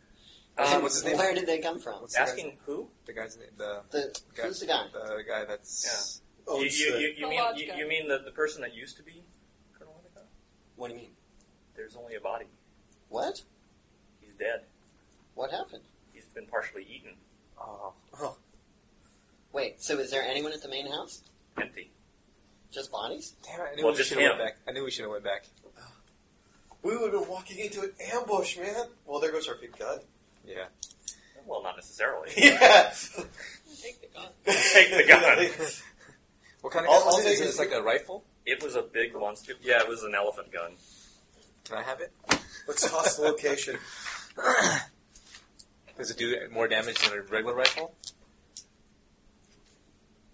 Speaker 5: Uh,
Speaker 3: And
Speaker 5: what's his name?
Speaker 3: Where did they come from?"
Speaker 5: What's the guy's-
Speaker 2: Um, Asking who?
Speaker 5: the guy's name. The
Speaker 3: The,
Speaker 5: guy,
Speaker 3: who's the guy?
Speaker 5: The guy that's.
Speaker 7: Oh,
Speaker 2: you,
Speaker 7: it's
Speaker 2: you,
Speaker 7: the-
Speaker 2: you, you
Speaker 6: The
Speaker 2: mean
Speaker 6: lodge
Speaker 2: you,
Speaker 6: guy.
Speaker 2: you mean the, the person that used to be Colonel Endicott?
Speaker 3: What do you mean?
Speaker 2: There's only a body.
Speaker 3: What?
Speaker 2: He's dead.
Speaker 3: What happened?
Speaker 2: He's been partially eaten.
Speaker 5: Oh,
Speaker 3: Wait. So, is there anyone at the main house?
Speaker 2: Empty.
Speaker 3: Just bodies?
Speaker 5: damn it! I knew
Speaker 2: Well,
Speaker 5: we
Speaker 2: just
Speaker 5: should have
Speaker 2: him.
Speaker 5: went back. I knew we should have went back.
Speaker 7: We would have been walking into an ambush, man. Well, there goes our
Speaker 5: (laughs)
Speaker 7: big gun. (laughs)
Speaker 5: Yeah.
Speaker 2: Well, not necessarily.
Speaker 7: Yeah.
Speaker 6: Take the gun.
Speaker 2: Take the gun.
Speaker 5: What kind
Speaker 7: I'll-
Speaker 5: of gun
Speaker 7: I'll
Speaker 5: was it?
Speaker 7: take
Speaker 5: Is it
Speaker 7: his-
Speaker 5: just like a rifle?
Speaker 2: It was a big monster. Yeah, it was an elephant gun.
Speaker 5: Can I have it?
Speaker 7: (laughs) Let's toss the location.
Speaker 5: Does it do more damage than a regular rifle?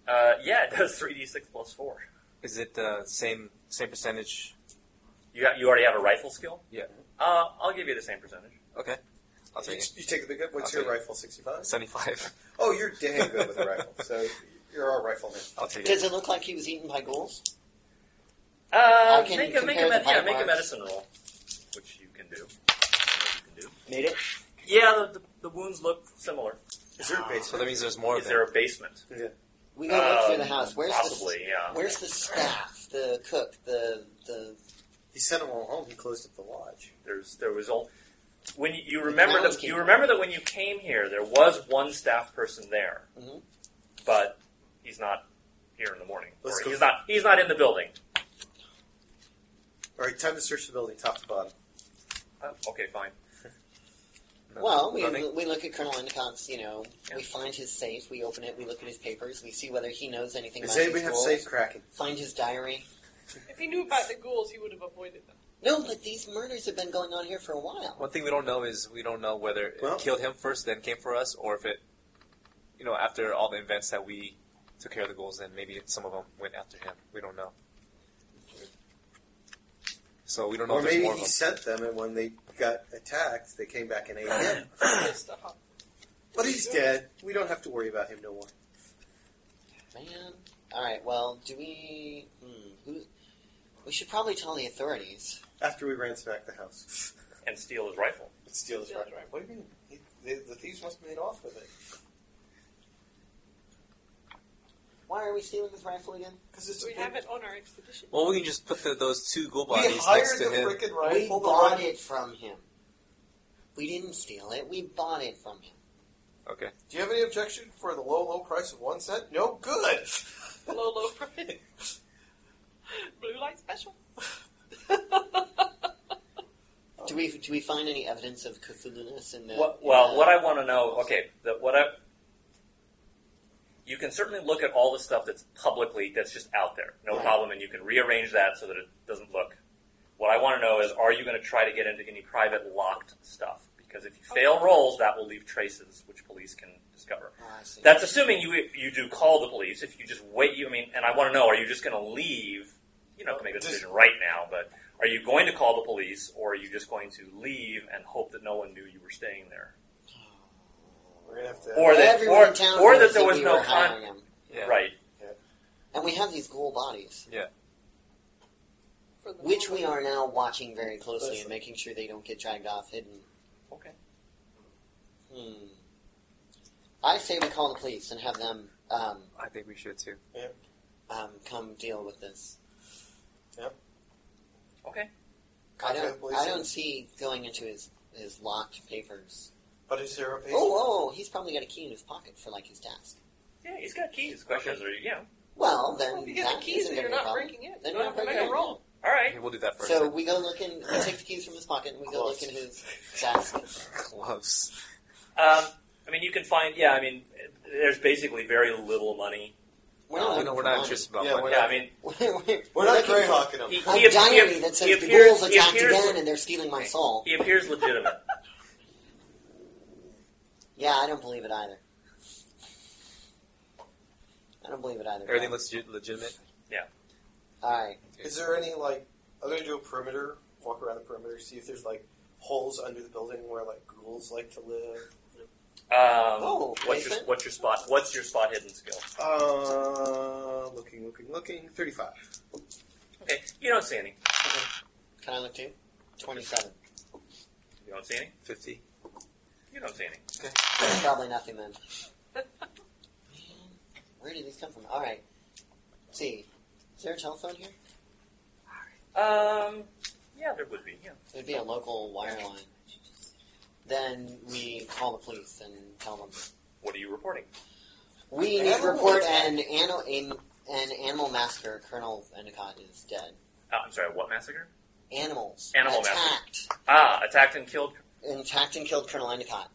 Speaker 2: Uh, yeah, it does 3d6 plus 4.
Speaker 5: Is it the same same percentage?
Speaker 2: You, got, you already have a rifle skill?
Speaker 5: Yeah.
Speaker 2: Uh, I'll give you the same percentage.
Speaker 5: Okay, I'll
Speaker 7: You,
Speaker 5: take it.
Speaker 7: you take the big gun. What's
Speaker 5: I'll
Speaker 7: your
Speaker 5: take it.
Speaker 7: rifle? Sixty-five.
Speaker 5: Seventy-five. (laughs)
Speaker 7: Oh, you're damn good with a rifle. So you're our rifleman.
Speaker 5: I'll take it.
Speaker 3: Does it look like he was eaten by ghouls?
Speaker 2: Uh,
Speaker 3: can
Speaker 2: make a,
Speaker 3: compare
Speaker 2: make a,
Speaker 3: the
Speaker 2: med- yeah,
Speaker 3: bite
Speaker 2: make a
Speaker 3: marks.
Speaker 2: medicine roll, which you can do. You can do.
Speaker 3: Made it.
Speaker 2: Yeah, the, the, the wounds look similar.
Speaker 7: Is there a base?
Speaker 5: So that means there's more
Speaker 2: Is
Speaker 5: of
Speaker 2: there
Speaker 5: it.
Speaker 2: a basement?
Speaker 3: We go look through
Speaker 2: Um,
Speaker 3: the house. Where's
Speaker 2: Possibly,
Speaker 3: the
Speaker 2: yeah.
Speaker 3: Where's the staff? The cook? The the
Speaker 7: He sent them all home. He closed up the lodge.
Speaker 2: There's there was all when you, you remember
Speaker 3: Mountains
Speaker 2: that
Speaker 3: came
Speaker 2: you
Speaker 3: from.
Speaker 2: remember that when you came here there was one staff person there,
Speaker 3: Mhm.
Speaker 2: but he's not here in the morning.
Speaker 7: Let's
Speaker 2: Or
Speaker 7: go-
Speaker 2: he's not he's not in the building.
Speaker 7: All right, time to search the building, top to bottom.
Speaker 2: Uh, okay, fine.
Speaker 5: No,
Speaker 3: well, we,
Speaker 5: nothing?
Speaker 3: we look at Colonel Endicott's. You know,
Speaker 2: Yeah.
Speaker 3: we find his safe. We open it. We look at his papers. We see whether he knows anything
Speaker 7: Does
Speaker 3: about
Speaker 7: anybody
Speaker 3: these
Speaker 7: have
Speaker 3: ghouls.
Speaker 7: safe cracking?
Speaker 3: Find his diary.
Speaker 6: If he knew about the ghouls, he would have avoided
Speaker 5: (coughs)
Speaker 6: them.
Speaker 3: No, but these murders have been going on here for a while.
Speaker 5: One thing we don't know is we don't know whether it
Speaker 7: Well-
Speaker 5: killed him first, then came for us, or if it, you know, after all the events that we took care of the ghouls, then maybe some of them went after him. We don't know. So we don't know
Speaker 7: Or
Speaker 5: if there's
Speaker 7: maybe
Speaker 5: more of
Speaker 7: he
Speaker 5: them.
Speaker 7: sent them, and when they got attacked, they came back and
Speaker 5: (laughs)
Speaker 7: ate him.
Speaker 6: Pissed off.
Speaker 7: But he's dead. We don't have to worry about him no more.
Speaker 3: Man. All right. Well, do we? Hmm, who? We should probably tell the authorities.
Speaker 7: After we ransacked the house, (laughs)
Speaker 2: And steal his rifle.
Speaker 7: steal his
Speaker 6: Steal
Speaker 7: rifle. What do you mean? He, the, the thieves must have made off with it
Speaker 3: Why are we stealing his rifle again?
Speaker 7: because it's.
Speaker 6: We have it on our expedition.
Speaker 5: Well, we can just put the, those two ghoul
Speaker 7: We
Speaker 5: bodies
Speaker 7: hired
Speaker 5: next
Speaker 7: the
Speaker 5: to him.
Speaker 7: freaking
Speaker 3: We
Speaker 7: rifle. the
Speaker 3: bought
Speaker 7: one-
Speaker 3: it from him. We didn't steal it. We bought it from him.
Speaker 5: Okay.
Speaker 7: Do you have any objection for the low, low price of one cent? No good.
Speaker 6: Low,
Speaker 7: (laughs)
Speaker 6: low price. Blue light special.
Speaker 3: (laughs) Do we do we find any evidence of Cthulhu-ness in the?
Speaker 2: What,
Speaker 3: in
Speaker 2: well,
Speaker 3: the-
Speaker 2: what I want to know, okay, the, what I you can certainly look at all the stuff that's publicly that's just out there, no
Speaker 3: Right.
Speaker 2: problem, and you can rearrange that so that it doesn't look. What I want to know is, are you going to try to get into any private locked stuff? Because if you fail rolls, that will leave traces, which police can discover.
Speaker 3: Oh, I see.
Speaker 2: That's assuming you you do call the police. If you just wait, you I mean, and I want to know: Are you just going to leave? You don't have to make a
Speaker 7: Just-
Speaker 2: decision right now, but are you going to call the police, or are you just going to leave and hope that no one knew you were staying there?
Speaker 7: We're gonna have to.
Speaker 2: Or that,
Speaker 3: Everyone
Speaker 2: or,
Speaker 3: in town
Speaker 2: or
Speaker 3: knows
Speaker 2: that there was
Speaker 3: we
Speaker 2: no
Speaker 3: were
Speaker 2: con-
Speaker 3: hiring him.
Speaker 5: Yeah.
Speaker 2: right?
Speaker 3: and we have these ghoul bodies,
Speaker 6: For the
Speaker 3: which
Speaker 6: moment.
Speaker 3: we are now watching very closely
Speaker 7: Listen.
Speaker 3: and making sure they don't get dragged off, hidden.
Speaker 2: Okay.
Speaker 3: Hmm. I say we call the police and have them um,
Speaker 5: I think we should too.
Speaker 3: um, come deal with this.
Speaker 2: Okay.
Speaker 3: I
Speaker 7: Contact
Speaker 3: don't.
Speaker 7: the police
Speaker 3: I
Speaker 7: and-
Speaker 3: don't see going into his his locked papers.
Speaker 7: But is there a patient?
Speaker 3: Oh, oh, he's probably got a key in his pocket for like his desk.
Speaker 2: Yeah, he's got keys. Questions are you? Yeah.
Speaker 3: Well,
Speaker 6: Well,
Speaker 3: then
Speaker 6: if you
Speaker 3: that
Speaker 6: get the keys
Speaker 3: isn't gonna
Speaker 6: and you're
Speaker 3: be a
Speaker 6: not
Speaker 3: problem.
Speaker 6: breaking it,
Speaker 3: Then
Speaker 6: you
Speaker 3: we're
Speaker 6: don't have
Speaker 3: not
Speaker 6: to make
Speaker 3: breaking
Speaker 6: a
Speaker 3: it.
Speaker 6: roll.
Speaker 2: All right.
Speaker 5: Okay, we'll do that first.
Speaker 3: So
Speaker 5: (laughs) then.
Speaker 3: we go look in. We take the keys from his pocket and we go look in his desk.
Speaker 2: (laughs)
Speaker 5: gloves.
Speaker 2: Um, I mean, you can find. Yeah, I mean, there's basically very little money.
Speaker 3: We're
Speaker 5: No,
Speaker 3: not,
Speaker 5: we know- we're not interested about
Speaker 7: Yeah,
Speaker 5: money.
Speaker 7: we're
Speaker 2: Yeah, I mean,
Speaker 3: we're,
Speaker 7: We're not
Speaker 3: looking for
Speaker 7: greyhawking them.
Speaker 2: he,
Speaker 3: A
Speaker 2: he, ap- he, ap-
Speaker 3: diary that
Speaker 2: he
Speaker 3: says the
Speaker 2: appears,
Speaker 3: ghouls
Speaker 2: he
Speaker 3: attacked
Speaker 2: appears,
Speaker 3: again and they're stealing my soul.
Speaker 2: he appears legitimate. (laughs)
Speaker 3: Yeah, I don't believe it either. I don't believe it either.
Speaker 5: Everything looks legit- legitimate.
Speaker 3: All right.
Speaker 7: Is there any like? I'm gonna do a perimeter walk around the perimeter, see if there's like holes under the building where like ghouls like to live.
Speaker 2: Um,
Speaker 3: Oh,
Speaker 2: what's your
Speaker 3: Nathan?
Speaker 2: what's your spot? What's your spot hidden skill?
Speaker 7: Uh, looking, looking, looking. Thirty-five.
Speaker 2: Okay, you don't see any.
Speaker 3: Can I look too? Twenty-seven.
Speaker 2: You don't see any.
Speaker 5: Fifty.
Speaker 2: You don't see any.
Speaker 3: Probably nothing
Speaker 2: (laughs)
Speaker 3: then. Where did these come from? All right. Let's see, is there a telephone here?
Speaker 2: Um, yeah, there would be. Yeah.
Speaker 3: It would be a local wire line. Then we call the police and tell them
Speaker 2: What are you reporting?
Speaker 3: we need to
Speaker 7: Animal
Speaker 3: report
Speaker 7: attack.
Speaker 3: an animal an, an animal massacre. Colonel Endicott is dead.
Speaker 2: Uh, I'm sorry. What massacre?
Speaker 3: Animals
Speaker 2: Animal
Speaker 3: attacked,
Speaker 2: Ah, attacked and killed.
Speaker 3: attacked and killed Colonel Endicott.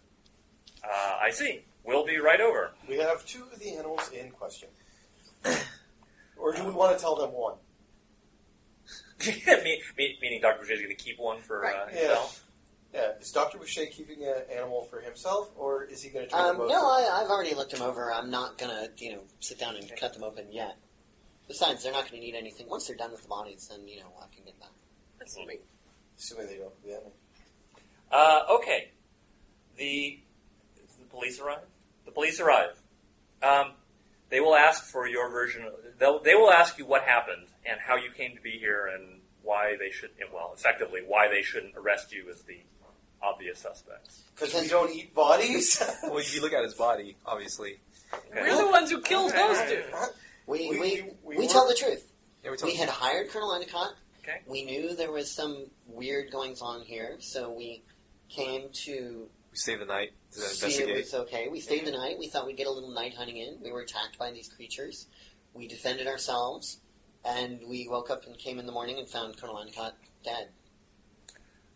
Speaker 2: Uh, I see. We'll be right over. (laughs)
Speaker 7: We have two of the animals in question. or do we want to tell them one?
Speaker 2: Me- me- meaning Dr. Boucher is going to keep one for uh,
Speaker 3: Right.
Speaker 7: Yeah.
Speaker 2: himself.
Speaker 7: Yeah, Uh, is Doctor Boucher keeping an animal for himself, or is he going to try
Speaker 3: Um,
Speaker 7: to?
Speaker 3: no, I, I've already looked them over. I'm not gonna, you know, sit down and cut them open yet. Besides, they're not gonna need anything. Once they're done with the bodies, then you know I can get them.
Speaker 6: Assuming.
Speaker 7: Assuming they don't. Yeah.
Speaker 2: Uh, okay. The, the police arrive? The police arrive. Um, they will ask for your version. of- They'll, they will ask you what happened and how you came to be here and why they should, well, effectively, why they shouldn't arrest you as the obvious suspects.
Speaker 7: Because we don't eat bodies. (laughs)
Speaker 5: Well, if you look at his body, obviously.
Speaker 2: Okay.
Speaker 6: We're the ones who killed those two.
Speaker 3: We we
Speaker 7: We-
Speaker 3: we,
Speaker 7: we- we
Speaker 3: tell
Speaker 7: were-
Speaker 3: the truth.
Speaker 5: Yeah, we told
Speaker 3: We had hired Colonel Endicott.
Speaker 2: Okay.
Speaker 3: We knew there was some weird goings on here, so we came to
Speaker 5: we saved the night to
Speaker 3: see it
Speaker 5: investigate.
Speaker 3: was okay. We stayed the night. We thought we'd get a little night hunting in. We were attacked by these creatures. We defended ourselves, and we woke up and came in the morning and found Colonel Endicott dead.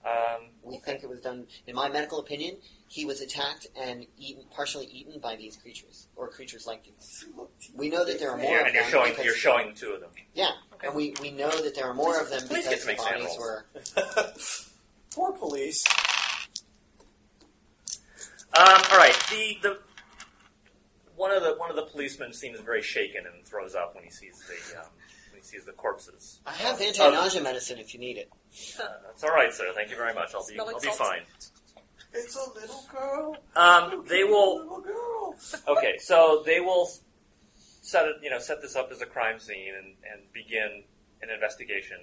Speaker 2: Um,
Speaker 3: We
Speaker 2: okay.
Speaker 3: think it was done. In my medical opinion, he was attacked and eaten, partially eaten by these creatures or creatures like these. We know that there are more
Speaker 2: Yeah,
Speaker 3: of
Speaker 2: and you're
Speaker 3: them
Speaker 2: showing,
Speaker 3: because-
Speaker 2: you're showing the two of them.
Speaker 3: Yeah,
Speaker 2: Okay.
Speaker 3: and we, we know that there are more of them
Speaker 2: Please
Speaker 3: because
Speaker 2: get to
Speaker 3: the
Speaker 2: make sand
Speaker 3: bodies
Speaker 2: rolls.
Speaker 3: were.
Speaker 7: (laughs) Poor police.
Speaker 2: Um, all right. The the one of the one of the policemen seems very shaken and throws up when he sees the um, when he sees the corpses.
Speaker 3: I have anti-nausea medicine if you need it.
Speaker 2: Uh, that's all right, sir. Thank you very much. I'll be
Speaker 6: Smelling
Speaker 2: I'll be
Speaker 6: salts.
Speaker 2: fine.
Speaker 7: It's a little girl.
Speaker 2: Um, they will.
Speaker 7: Little girl.
Speaker 2: Okay, so they will set it. You know, set this up as a crime scene and and begin an investigation.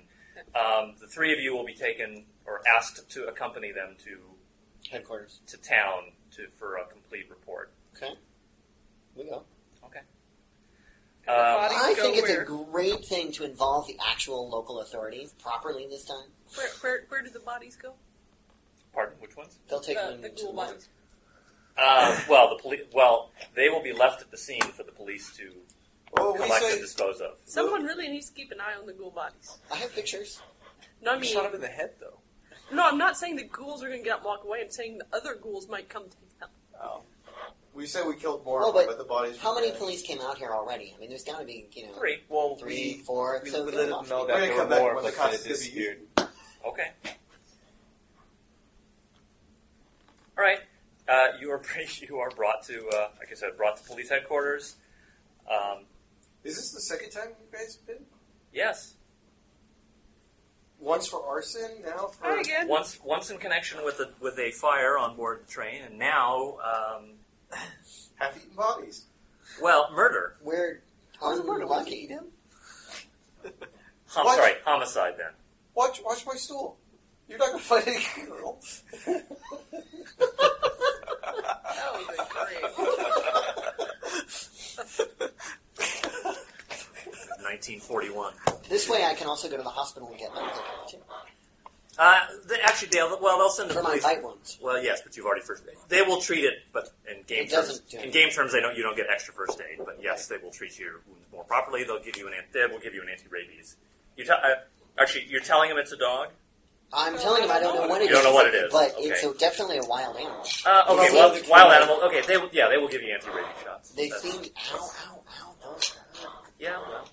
Speaker 2: Um, the three of you will be taken or asked to accompany them to
Speaker 3: Headquarters.
Speaker 2: to town to for a complete report.
Speaker 3: Okay. We go.
Speaker 6: And the
Speaker 2: Um,
Speaker 6: bodies
Speaker 3: I
Speaker 6: go
Speaker 3: think it's
Speaker 6: where?
Speaker 3: a great thing to involve the actual local authorities properly this time.
Speaker 6: Where, where, where do the bodies go?
Speaker 2: Pardon, which ones?
Speaker 3: They'll take
Speaker 6: The,
Speaker 3: them
Speaker 6: the
Speaker 3: to
Speaker 6: ghoul bodies.
Speaker 2: Uh, well, the police. Well, they will be left at the scene for the police to
Speaker 7: Well, we
Speaker 2: collect and
Speaker 7: say
Speaker 2: dispose of.
Speaker 6: Someone really needs to keep an eye on the ghoul bodies.
Speaker 3: I have pictures.
Speaker 6: No, I
Speaker 5: You
Speaker 6: mean,
Speaker 5: shot him in the head, though.
Speaker 6: no, I'm not saying the ghouls are going to get up and walk away. I'm saying the other ghouls might come take them.
Speaker 7: we say we killed more,
Speaker 3: Well,
Speaker 7: of them,
Speaker 3: Oh, but
Speaker 7: but the bodies.
Speaker 3: How
Speaker 7: were
Speaker 3: many
Speaker 7: dead.
Speaker 3: police came out here already? I mean, there's got to be, you know,
Speaker 2: Three.
Speaker 5: Well,
Speaker 3: three,
Speaker 5: we,
Speaker 3: four.
Speaker 5: we,
Speaker 3: so
Speaker 5: we
Speaker 3: they're
Speaker 5: let them
Speaker 3: off.
Speaker 5: know
Speaker 7: We're
Speaker 5: that
Speaker 7: gonna
Speaker 5: there were
Speaker 7: come back
Speaker 5: more,
Speaker 7: when
Speaker 5: but
Speaker 7: the
Speaker 5: they
Speaker 7: cops give you-
Speaker 5: disappeared.
Speaker 2: Okay. All right. Uh, you are pretty, (laughs) you are brought to, uh, like I said, brought to police headquarters. Um,
Speaker 7: Is this the second time you guys have been?
Speaker 2: yes.
Speaker 7: Once for arson, now for.
Speaker 6: Hi again. (laughs)
Speaker 2: Once once in connection with a with a fire on board the train, and now, um,
Speaker 7: half-eaten bodies.
Speaker 2: well, murder.
Speaker 3: We're unlucky.
Speaker 2: I'm
Speaker 7: What?
Speaker 2: sorry, homicide. Then.
Speaker 7: Watch, watch my stool. You're not going to find any girl. (laughs)
Speaker 6: That would be great.
Speaker 2: 1941.
Speaker 3: This way, I can also go to the hospital and get medical care too.
Speaker 2: Uh, they, actually, they'll, well, they'll send the
Speaker 3: for my
Speaker 2: police.
Speaker 3: bite wounds.
Speaker 2: Well, yes, but you've already first aid. They will treat it, but in game
Speaker 3: It
Speaker 2: terms,
Speaker 3: doesn't do
Speaker 2: in
Speaker 3: it.
Speaker 2: game terms, they don't. You don't get extra first aid, but yes, they will treat your wounds more properly. They'll give you an. ant- They will give you an anti rabies. You tell. Uh, actually, you're telling them it's a dog.
Speaker 3: I'm telling him I don't know what it is.
Speaker 2: You don't know what it is.
Speaker 3: But
Speaker 2: Okay.
Speaker 3: it's a, definitely a wild animal.
Speaker 2: Uh, okay,
Speaker 3: Well,
Speaker 2: well,
Speaker 3: they-
Speaker 2: wild animal. Okay, they will. Yeah, they will give you anti rabies shots.
Speaker 3: They
Speaker 2: That's-
Speaker 3: seem ow, ow, ow. Those hurt.
Speaker 2: Yeah.
Speaker 3: (laughs)
Speaker 2: Well,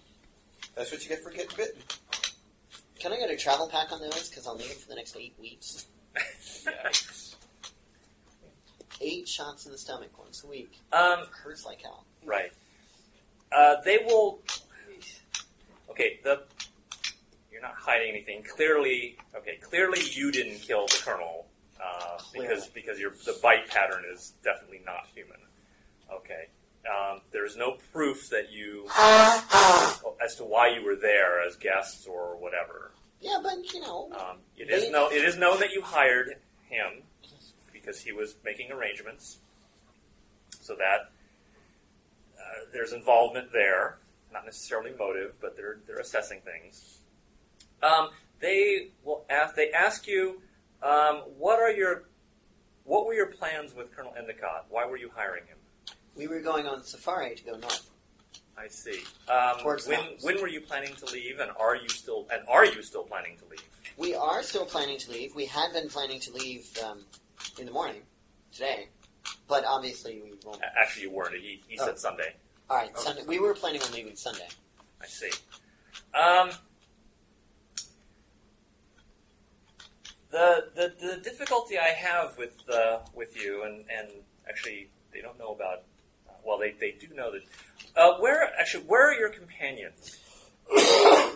Speaker 7: That's what you get for getting bitten.
Speaker 3: Can I get a travel pack on those? Because I'll need them for the next eight weeks. Eight shots in the stomach once a week.
Speaker 2: (laughs) um,
Speaker 3: Hurts like hell.
Speaker 2: Right. Uh, they will. Okay. The you're not hiding anything. Clearly, okay. Clearly, you didn't kill the colonel uh, because
Speaker 3: Clearly.
Speaker 2: because your the bite pattern is definitely not human. Okay. Um, there is no proof that you as to why you were there as guests or whatever.
Speaker 3: Yeah, but you know,
Speaker 2: Um, it is known. It is known that you hired him because he was making arrangements. So that uh, there's involvement there, not necessarily motive, but they're they're assessing things. Um, they will ask. They ask you, um, what are your what were your plans with Colonel Endicott? Why were you hiring him?
Speaker 3: we were going on safari to go north.
Speaker 2: I see. Um,
Speaker 3: Towards
Speaker 2: when
Speaker 3: mountains.
Speaker 2: when were you planning to leave, and are you still and are you still planning to leave?
Speaker 3: We are still planning to leave. We had been planning to leave um, in the morning today, but obviously we won't.
Speaker 2: A- Actually, you weren't. He, he
Speaker 3: Oh.
Speaker 2: said Sunday.
Speaker 3: All right, Sunday. We were planning on leaving Sunday.
Speaker 2: I see. Um, The, the the difficulty I have with uh, with you, and, and actually they don't know about. Uh, well, they, they do know that. Uh, where actually, where are your companions?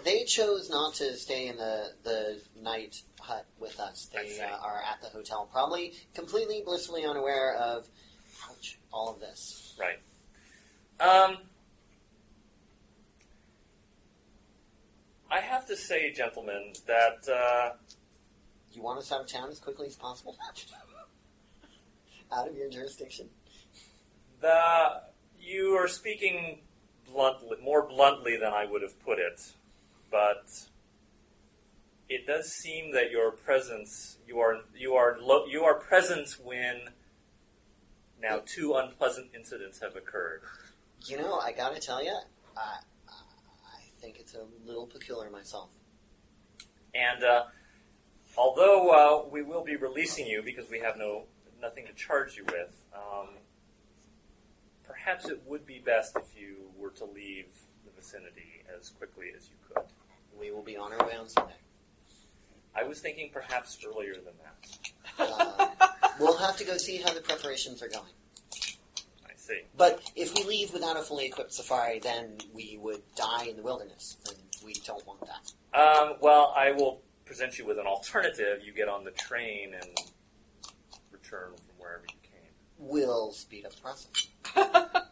Speaker 3: They chose not to stay in the, the night hut with us.
Speaker 2: I
Speaker 3: They
Speaker 2: see.
Speaker 3: uh, are at the hotel, probably completely blissfully unaware of ouch, all of this.
Speaker 2: Right. Um, I have to say, gentlemen, that uh,
Speaker 3: You want us out of town as quickly as possible? (laughs) out of your jurisdiction?
Speaker 2: the you are speaking bluntly, more bluntly than I would have put it, but it does seem that your presence you are you are lo- you are present when now two unpleasant incidents have occurred.
Speaker 3: You know, I gotta tell you, I, I think it's a little peculiar myself.
Speaker 2: And uh, although uh, we will be releasing you because we have no nothing to charge you with, um, perhaps it would be best if you were to leave the vicinity as quickly as you could.
Speaker 3: We will be on our way on Sunday.
Speaker 2: I was thinking perhaps earlier than that.
Speaker 3: (laughs) Uh, we'll have to go see how the preparations are going.
Speaker 2: I see.
Speaker 3: But if we leave without a fully equipped safari, then we would die in the wilderness, and we don't want that.
Speaker 2: Um, well, I will present you with an alternative. You get on the train and return from wherever you came.
Speaker 3: We'll speed up the process.
Speaker 6: (laughs)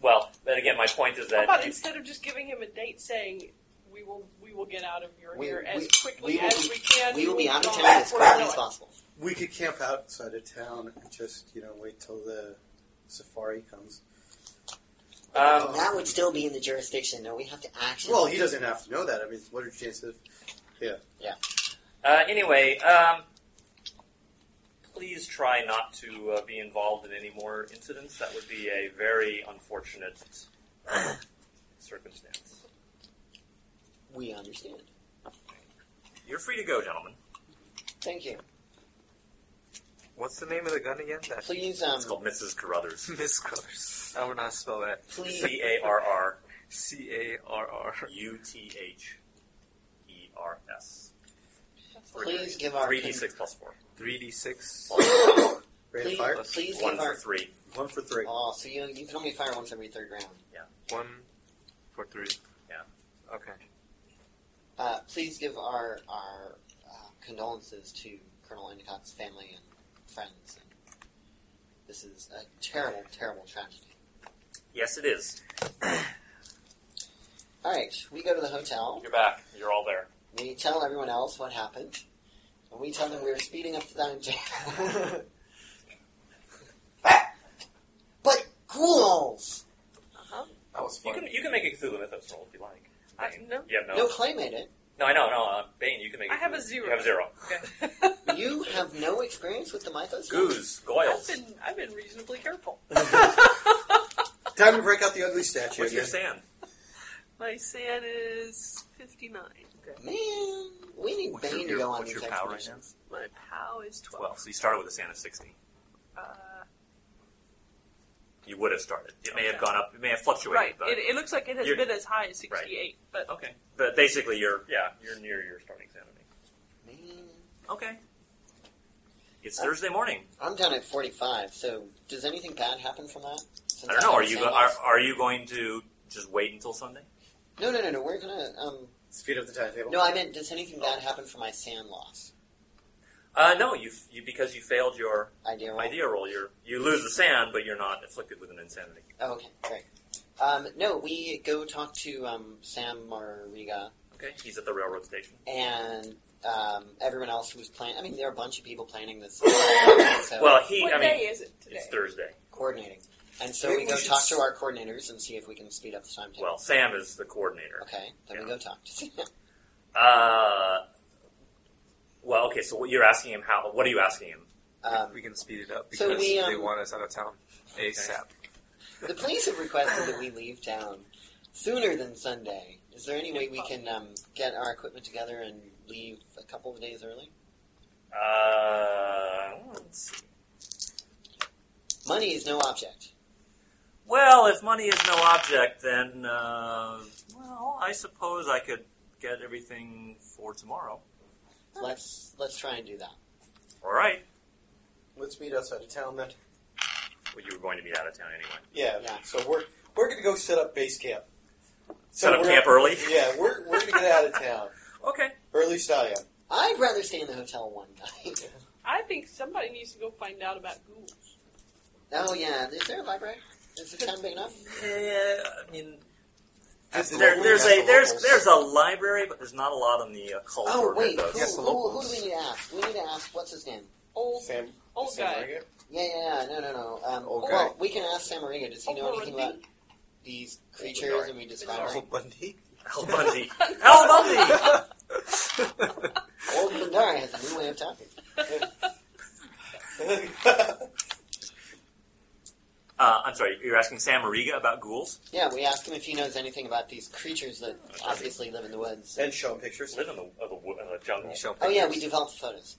Speaker 2: Well, then again, my point is
Speaker 6: How
Speaker 2: that
Speaker 6: about
Speaker 2: you-
Speaker 6: instead of just giving him a date, saying we will we will get out of your
Speaker 3: We-
Speaker 6: here as
Speaker 3: we-
Speaker 6: quickly
Speaker 3: we will
Speaker 6: as
Speaker 3: be-
Speaker 6: we can.
Speaker 3: We will be out of
Speaker 6: Don't
Speaker 3: town as
Speaker 6: worry about
Speaker 3: quickly as
Speaker 6: it.
Speaker 3: possible.
Speaker 7: We could camp outside of town and just, you know, wait till the safari comes.
Speaker 2: um,
Speaker 3: That would still be in the jurisdiction, though. We have to actually.
Speaker 7: Well, he doesn't have to know that. I mean, what are the chances of
Speaker 2: Uh, anyway, um, please try not to uh, be involved in any more incidents. That would be a very unfortunate uh, circumstance.
Speaker 3: we understand.
Speaker 2: You're free to go, gentlemen.
Speaker 3: Thank you.
Speaker 5: What's the name of the gun again? That
Speaker 3: Please, um,
Speaker 2: It's called Mrs. Carruthers.
Speaker 5: (laughs) Miss Colors. I will not spell that.
Speaker 3: please,
Speaker 2: C A R R
Speaker 5: C A R R.
Speaker 2: U T H E R S.
Speaker 3: please give our
Speaker 2: 3d6 plus 4.
Speaker 5: Three D six.
Speaker 7: rate
Speaker 3: please,
Speaker 7: of fire?
Speaker 3: please
Speaker 2: 1
Speaker 3: give
Speaker 2: for
Speaker 3: our
Speaker 2: 3.
Speaker 7: One for three.
Speaker 3: oh, so you you can only fire once every third round.
Speaker 5: One for three.
Speaker 2: Yeah.
Speaker 5: Okay.
Speaker 3: Uh, please give our our uh, condolences to Colonel Endicott's family and friends. And this is a terrible, terrible tragedy.
Speaker 2: Yes, it is.
Speaker 3: All right, we go to the hotel.
Speaker 2: You're back. You're all there.
Speaker 3: We tell everyone else what happened, and we tell them we're speeding up the downtown. (laughs) but ghouls!
Speaker 6: Uh-huh.
Speaker 7: That was
Speaker 2: You can, you can make a Cthulhu Mythos roll if you like.
Speaker 6: I-
Speaker 2: Bane.
Speaker 6: no.
Speaker 2: You have no.
Speaker 3: No clay made it.
Speaker 2: No, I know, no. Uh, Bane, you can make
Speaker 6: I have a
Speaker 2: Cthulhu.
Speaker 6: zero.
Speaker 2: You have zero.
Speaker 3: You have no experience with the mythos. yet?
Speaker 2: Goose,
Speaker 6: (laughs) I've
Speaker 2: Goyles.
Speaker 6: been I've been reasonably careful.
Speaker 7: Time to break out the ugly statue
Speaker 2: What's your
Speaker 7: again.
Speaker 2: sand?
Speaker 6: My sand is fifty nine.
Speaker 3: Man, we need
Speaker 2: What's
Speaker 3: Bane to
Speaker 2: your-
Speaker 3: go on
Speaker 2: what's
Speaker 3: these
Speaker 2: your power right
Speaker 3: expeditions.
Speaker 6: My POW is
Speaker 2: Well,
Speaker 6: twelve.
Speaker 2: so you started with a sand of 60.
Speaker 6: uh,
Speaker 2: You would have started. It may have
Speaker 6: Okay.
Speaker 2: gone up. It may have fluctuated.
Speaker 6: right.
Speaker 2: But,
Speaker 6: It, it looks like it has
Speaker 2: You're-
Speaker 6: been as high as sixty eight, but
Speaker 2: okay. But basically, you're yeah, you're near your starting sanity.
Speaker 3: Man,
Speaker 2: Okay. It's Thursday morning.
Speaker 3: I'm down at 45. So, does anything bad happen from that? Since
Speaker 2: I don't know. Are
Speaker 3: haven't
Speaker 2: you
Speaker 3: seen
Speaker 2: go- are,
Speaker 3: this?
Speaker 2: are you going to just wait until Sunday?
Speaker 3: No, no, no, no. We're gonna. Um,
Speaker 7: Speed up the timetable.
Speaker 3: no, I meant, does anything bad happen from my sand loss?
Speaker 2: Uh, no. You f- you because you failed your
Speaker 3: Idea. roll?
Speaker 2: idea roll. You you lose the sand, but you're not afflicted with an insanity.
Speaker 3: Oh, okay, great. Um, no, we go talk to um, Sam Mariga
Speaker 2: Okay. He's at the railroad station.
Speaker 3: and um, everyone else who's planning. I mean, there are a bunch of people planning this. so
Speaker 2: (coughs) Well, he.
Speaker 6: what
Speaker 2: I mean,
Speaker 6: day is it today?
Speaker 2: it's Thursday.
Speaker 3: coordinating, and so
Speaker 7: Maybe
Speaker 3: we
Speaker 7: we
Speaker 3: go
Speaker 7: should
Speaker 3: talk
Speaker 7: s-
Speaker 3: to our coordinators and see if we can speed up the timetable.
Speaker 2: Well, Sam is the coordinator.
Speaker 3: okay, then we
Speaker 2: yeah.
Speaker 3: go talk to Sam. (laughs)
Speaker 2: Uh, well, okay. So what you're asking him how? What are you asking him?
Speaker 3: Um,
Speaker 5: we can speed it up because
Speaker 3: so we,
Speaker 5: they
Speaker 3: um,
Speaker 5: want us out of town ASAP.
Speaker 3: the police have requested that we leave town sooner than Sunday. Is there any way we can um, get our equipment together and leave a couple of days early?
Speaker 2: Uh, let's see.
Speaker 3: Money is no object.
Speaker 2: Well, if money is no object, then uh, well, I suppose I could get everything for tomorrow.
Speaker 3: Let's let's try and do that.
Speaker 2: All right.
Speaker 7: Let's meet outside of town then.
Speaker 2: Well, you were going to be out of town anyway.
Speaker 7: Yeah.
Speaker 3: Yeah.
Speaker 7: So we're we're going to go set up base camp. So
Speaker 2: Set up
Speaker 7: we're-
Speaker 2: camp early.
Speaker 7: Yeah, we're, we're going to get out of town
Speaker 2: Okay.
Speaker 7: early style.
Speaker 3: I'd rather stay in the hotel one night. (laughs)
Speaker 6: I think somebody needs to go find out about ghouls.
Speaker 3: oh yeah, is there a library? Is the town big enough?
Speaker 2: Yeah, I mean,
Speaker 7: Ask the
Speaker 2: there,
Speaker 7: locals.
Speaker 2: there's
Speaker 7: Ask
Speaker 2: a
Speaker 7: the
Speaker 2: there's
Speaker 7: locals.
Speaker 2: there's a library, but there's not a lot on the uh, occult
Speaker 3: Oh
Speaker 2: or
Speaker 3: wait,
Speaker 7: (laughs)
Speaker 3: who,
Speaker 2: mythos.
Speaker 7: Yes, the
Speaker 3: who, who
Speaker 7: locals.
Speaker 3: do we need to ask? We need to ask what's his name?
Speaker 6: Old,
Speaker 7: Sam,
Speaker 6: old
Speaker 7: Sam
Speaker 6: guy.
Speaker 7: Riegel?
Speaker 3: Yeah, yeah, yeah. No, no, no. Um,
Speaker 7: Old
Speaker 3: Well,
Speaker 7: guy.
Speaker 3: we can ask Samaria. Does he know anything about these creatures? And we describe
Speaker 6: Sorry.
Speaker 3: them.
Speaker 5: Old
Speaker 7: (laughs)
Speaker 5: Bundy.
Speaker 2: Al Bundy. Al Bundy.
Speaker 3: Old Pandara has a new way of talking.
Speaker 2: Uh, I'm sorry, you're asking Sam Mariga about ghouls?
Speaker 3: Yeah, we ask him if he knows anything about these creatures that obviously live in the woods.
Speaker 7: and show him pictures.
Speaker 2: Live in the, of the, wo- of the jungle.
Speaker 5: Show him
Speaker 3: Oh yeah, we
Speaker 5: pictures.
Speaker 3: developed photos.